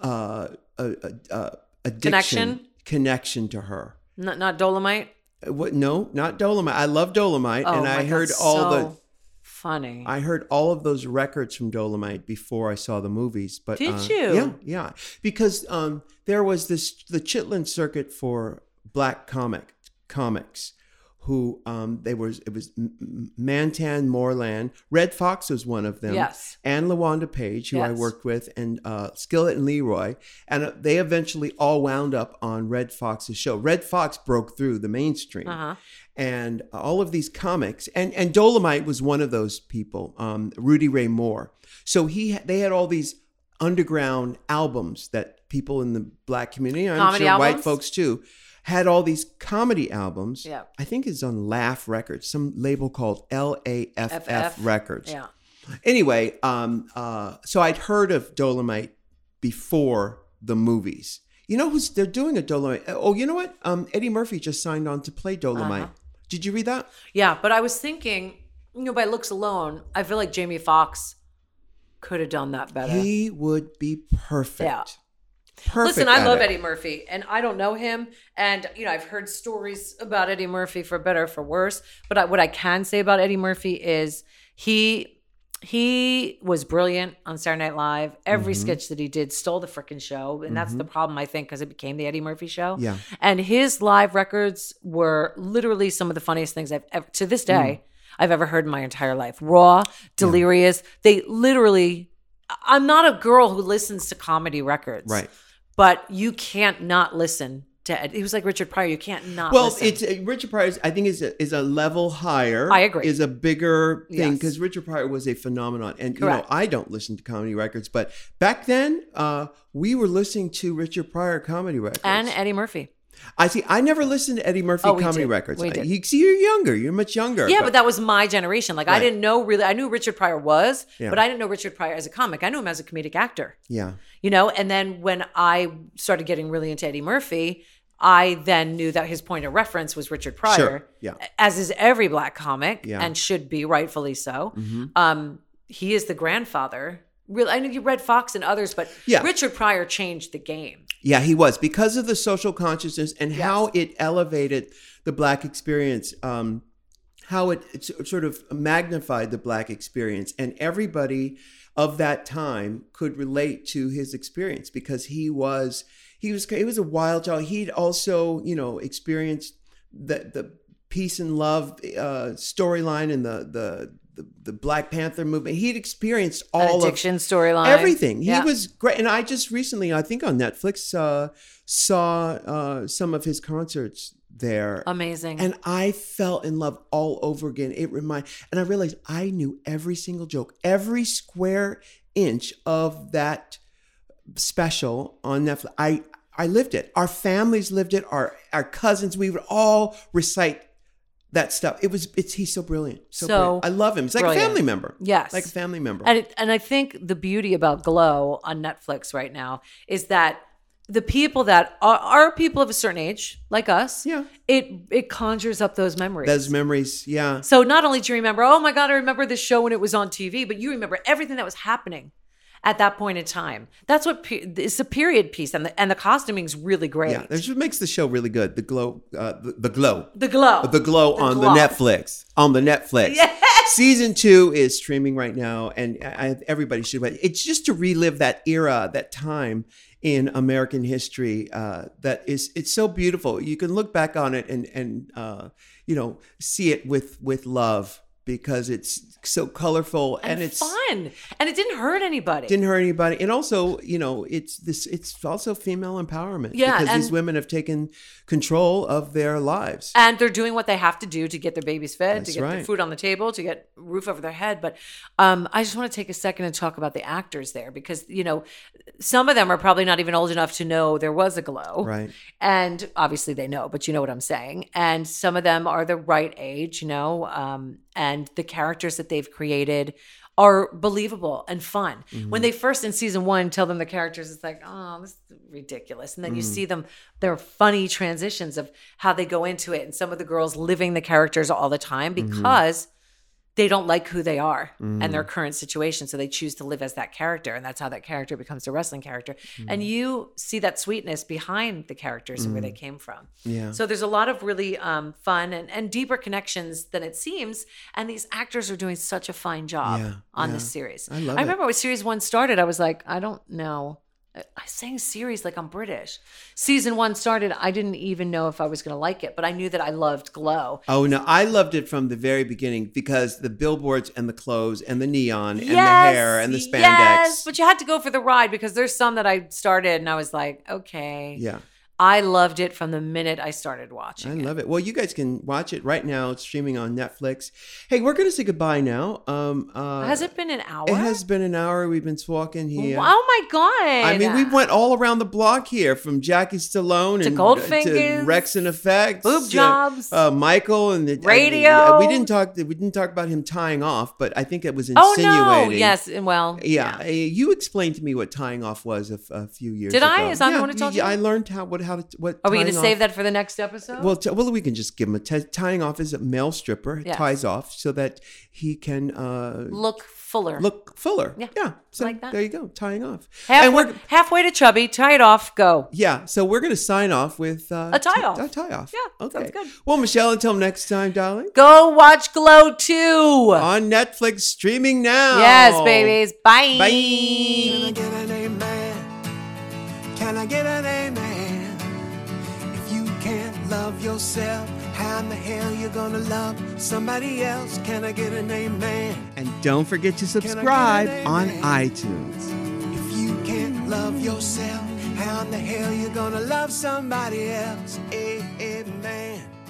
uh, uh, uh, uh, addiction
Connection?
connection to her.
Not, not Dolomite.
Uh, What? No, not Dolomite. I love Dolomite,
Oh
and
my
I
God,
heard all
so
the
funny.
I heard all of those records from Dolomite before I saw the movies. But
Did
uh,
you?
Yeah, yeah. Because um, there was this the Chitlin circuit for black comic comics, who um, they was it was M- M- Mantan Moreland, Red Fox was one of them.
Yes.
And Lawanda Page, who I
Yes.
worked with, and uh, Skillet and Leroy, and uh, they eventually all wound up on Red Fox's show. Red Fox broke through the mainstream
uh-huh.
and all of these comics and and Dolomite was one of those people um, Rudy Ray Moore so he they had all these underground albums that people in the black community I'm
Comedy
sure white
albums?
folks too had all these comedy albums
Yeah.
I think it's on Laugh Records some label called LAFF
FF.
Records
Yeah.
anyway, um, uh, so I'd heard of Dolomite before the movies. You know who's they're doing a Dolomite? Oh, you know what? Um, Eddie Murphy just signed on to play Dolomite.
Uh-huh.
Did you read that?
Yeah. But I was thinking, you know, by looks alone, I feel like Jamie Foxx could have done that better.
He would be perfect.
Yeah.
Perfect.
Listen, I
at
love
it.
Eddie Murphy, and I don't know him, and you know I've heard stories about Eddie Murphy for better or for worse. But I, what I can say about Eddie Murphy is he he was brilliant on Saturday Night Live. Every
Mhm.
sketch that he did stole the freaking show, and that's
Mhm.
the problem I think because it became the Eddie Murphy show.
Yeah.
And his live records were literally some of the funniest things I've ever, to this day,
Mm.
I've ever heard in my entire life. Raw, delirious. They literally, I'm not a girl who listens to comedy records.
Right.
But you can't not listen to Ed. He was like Richard Pryor. You can't not
Well,
listen.
it's uh, Richard Pryor. is- I think is a, is a level higher.
I agree.
Is a bigger thing
Yes.
because Richard Pryor was a phenomenon, and you know
Correct.
I don't listen to comedy records, but back then uh, we were listening to Richard Pryor comedy records.
and Eddie Murphy.
I see. I never listened to Eddie Murphy
Oh, we
comedy
did.
records.
We did.
You see, you're younger. You're much younger.
Yeah, but that was my generation. Like
Right.
I didn't know really. I knew Richard Pryor was,
Yeah.
but I didn't know Richard Pryor as a comic. I knew him as a comedic actor.
yeah,
you know and then when i started getting really into eddie murphy i then knew that his point of reference was richard pryor
Sure. Yeah.
as is every black comic
Yeah.
and should be rightfully so
Mhm.
um, he is the grandfather Real, i know you read fox and others but
Yeah.
richard pryor changed the game
yeah. He was because of the social consciousness and how it elevated the black experience. Um, how it, it s- sort of magnified the black experience, and everybody of that time could relate to his experience because he was he was he was a wild child. He'd also you know experienced the the peace and love uh, storyline and the the. The, the Black Panther movement. He'd experienced all
An
of
addiction storyline
everything. He
Yeah.
was great, and I just recently, I think on Netflix, uh, saw uh, some of his concerts there,
amazing
and I fell in love all over again. It remind, and I realized I knew every single joke, every square inch of that special on Netflix. I I lived it. Our families lived it. Our our cousins. We would all recite that stuff. It was it's he's so brilliant. So,
So
brilliant. I love him. It's like
brilliant.
a family member.
Yes.
like a family member.
And it, and I think the beauty about Glow on Netflix right now is that the people that are, are people of a certain age, like us,
Yeah.
it it conjures up those memories.
Those memories. Yeah.
so not only do you remember, oh my God, I remember this show when it was on TV, but you remember everything that was happening at that point in time. That's what pe- it's a period piece, and the and the costuming's really great.
Yeah, that's what makes the show really good. The glow, uh, the, the glow,
the glow,
the glow on
Glow.
the Netflix. On the Netflix, season two is streaming right now, and I, I- everybody should. But it's just to relive that era, that time in American history. Uh, that is, it's so beautiful. You can look back on it and and uh, you know see it with with love because it's so colorful and,
and,
it's
fun, and it didn't hurt anybody.
didn't hurt anybody and also you know it's this it's also female empowerment
Yeah,
because these
and-
women have taken control of their lives
and they're doing what they have to do to get their babies fed,
That's
to get
right.
their food on the table, to get roof over their head. But um, I just want to take a second and talk about the actors there because you know some of them are probably not even old enough to know there was a glow,
right
and obviously they know, but you know what I'm saying. And some of them are the right age, you know, um, and the characters that they've created are believable and fun. When they first in season one tell them the characters, it's like, oh, this is ridiculous. And then you see them, their funny transitions of how they go into it. And some of the girls living the characters all the time because they don't like who they are and
Mm.
their current situation. So they choose to live as that character. And that's how that character becomes a wrestling character.
Mm.
And you see that sweetness behind the characters and where they came from.
Mm. yeah
So there's a lot of really um, fun and, and deeper connections than it seems. And these actors are doing such a fine job
Yeah,
on
yeah.
this series.
I love it.
remember when series one started, I was like, I don't know. I I sang series like I'm British. Season one started, I didn't even know if I was going to like it, but I knew that I loved Glow.
oh no i loved it from the very beginning because the billboards and the clothes and the neon and the hair and the spandex
Yes, but you had to go for the ride because there's some that I started and I was like, okay.
yeah
I loved it from the minute I started watching.
I
it.
love it. Well, you guys can watch it right now. It's streaming on Netflix. Hey, we're going to say goodbye now. Um, uh,
Has it been an hour?
It has been an hour. We've been talking here.
Oh my god!
I mean, we went all around the block here from Jackie Stallone
To
and uh, to
Goldfingers,
Rex and Effects,
boob
to,
jobs.
uh, Michael, and the and the-
Radio.
we didn't talk. We didn't talk about him tying off, but I think it was
oh
insinuating.
no! Yes. Well.
Yeah, uh, you explained to me what tying off was a, f- a few years.
Did
ago.
I? Is that the
Yeah,
one who told you?
I learned how what how to what.
Are we going to
tying
save
off-
that for the next episode?
Well, t- well, we can just give him a t- tying off is a male stripper
Yes.
ties off so that he can uh,
look fuller.
look fuller.
Yeah.
So
Like that.
there you go, tying off. and
halfway,
we're
halfway to chubby, tie it off, go.
yeah, so we're gonna sign off with uh,
A tie-off.
t- A tie off.
Yeah,
Okay.
sounds good.
Well, Michelle, until next time, darling.
Go watch Glow 2.
On Netflix, streaming now.
Yes, babies. Bye.
Can I
Bye.
get an amen? Can I get an amen? If you can't love yourself, how in the hell you gonna love somebody else? Can I get an amen?
And don't forget to subscribe on iTunes.
If you can't love yourself, how in the hell you gonna love somebody else? Amen.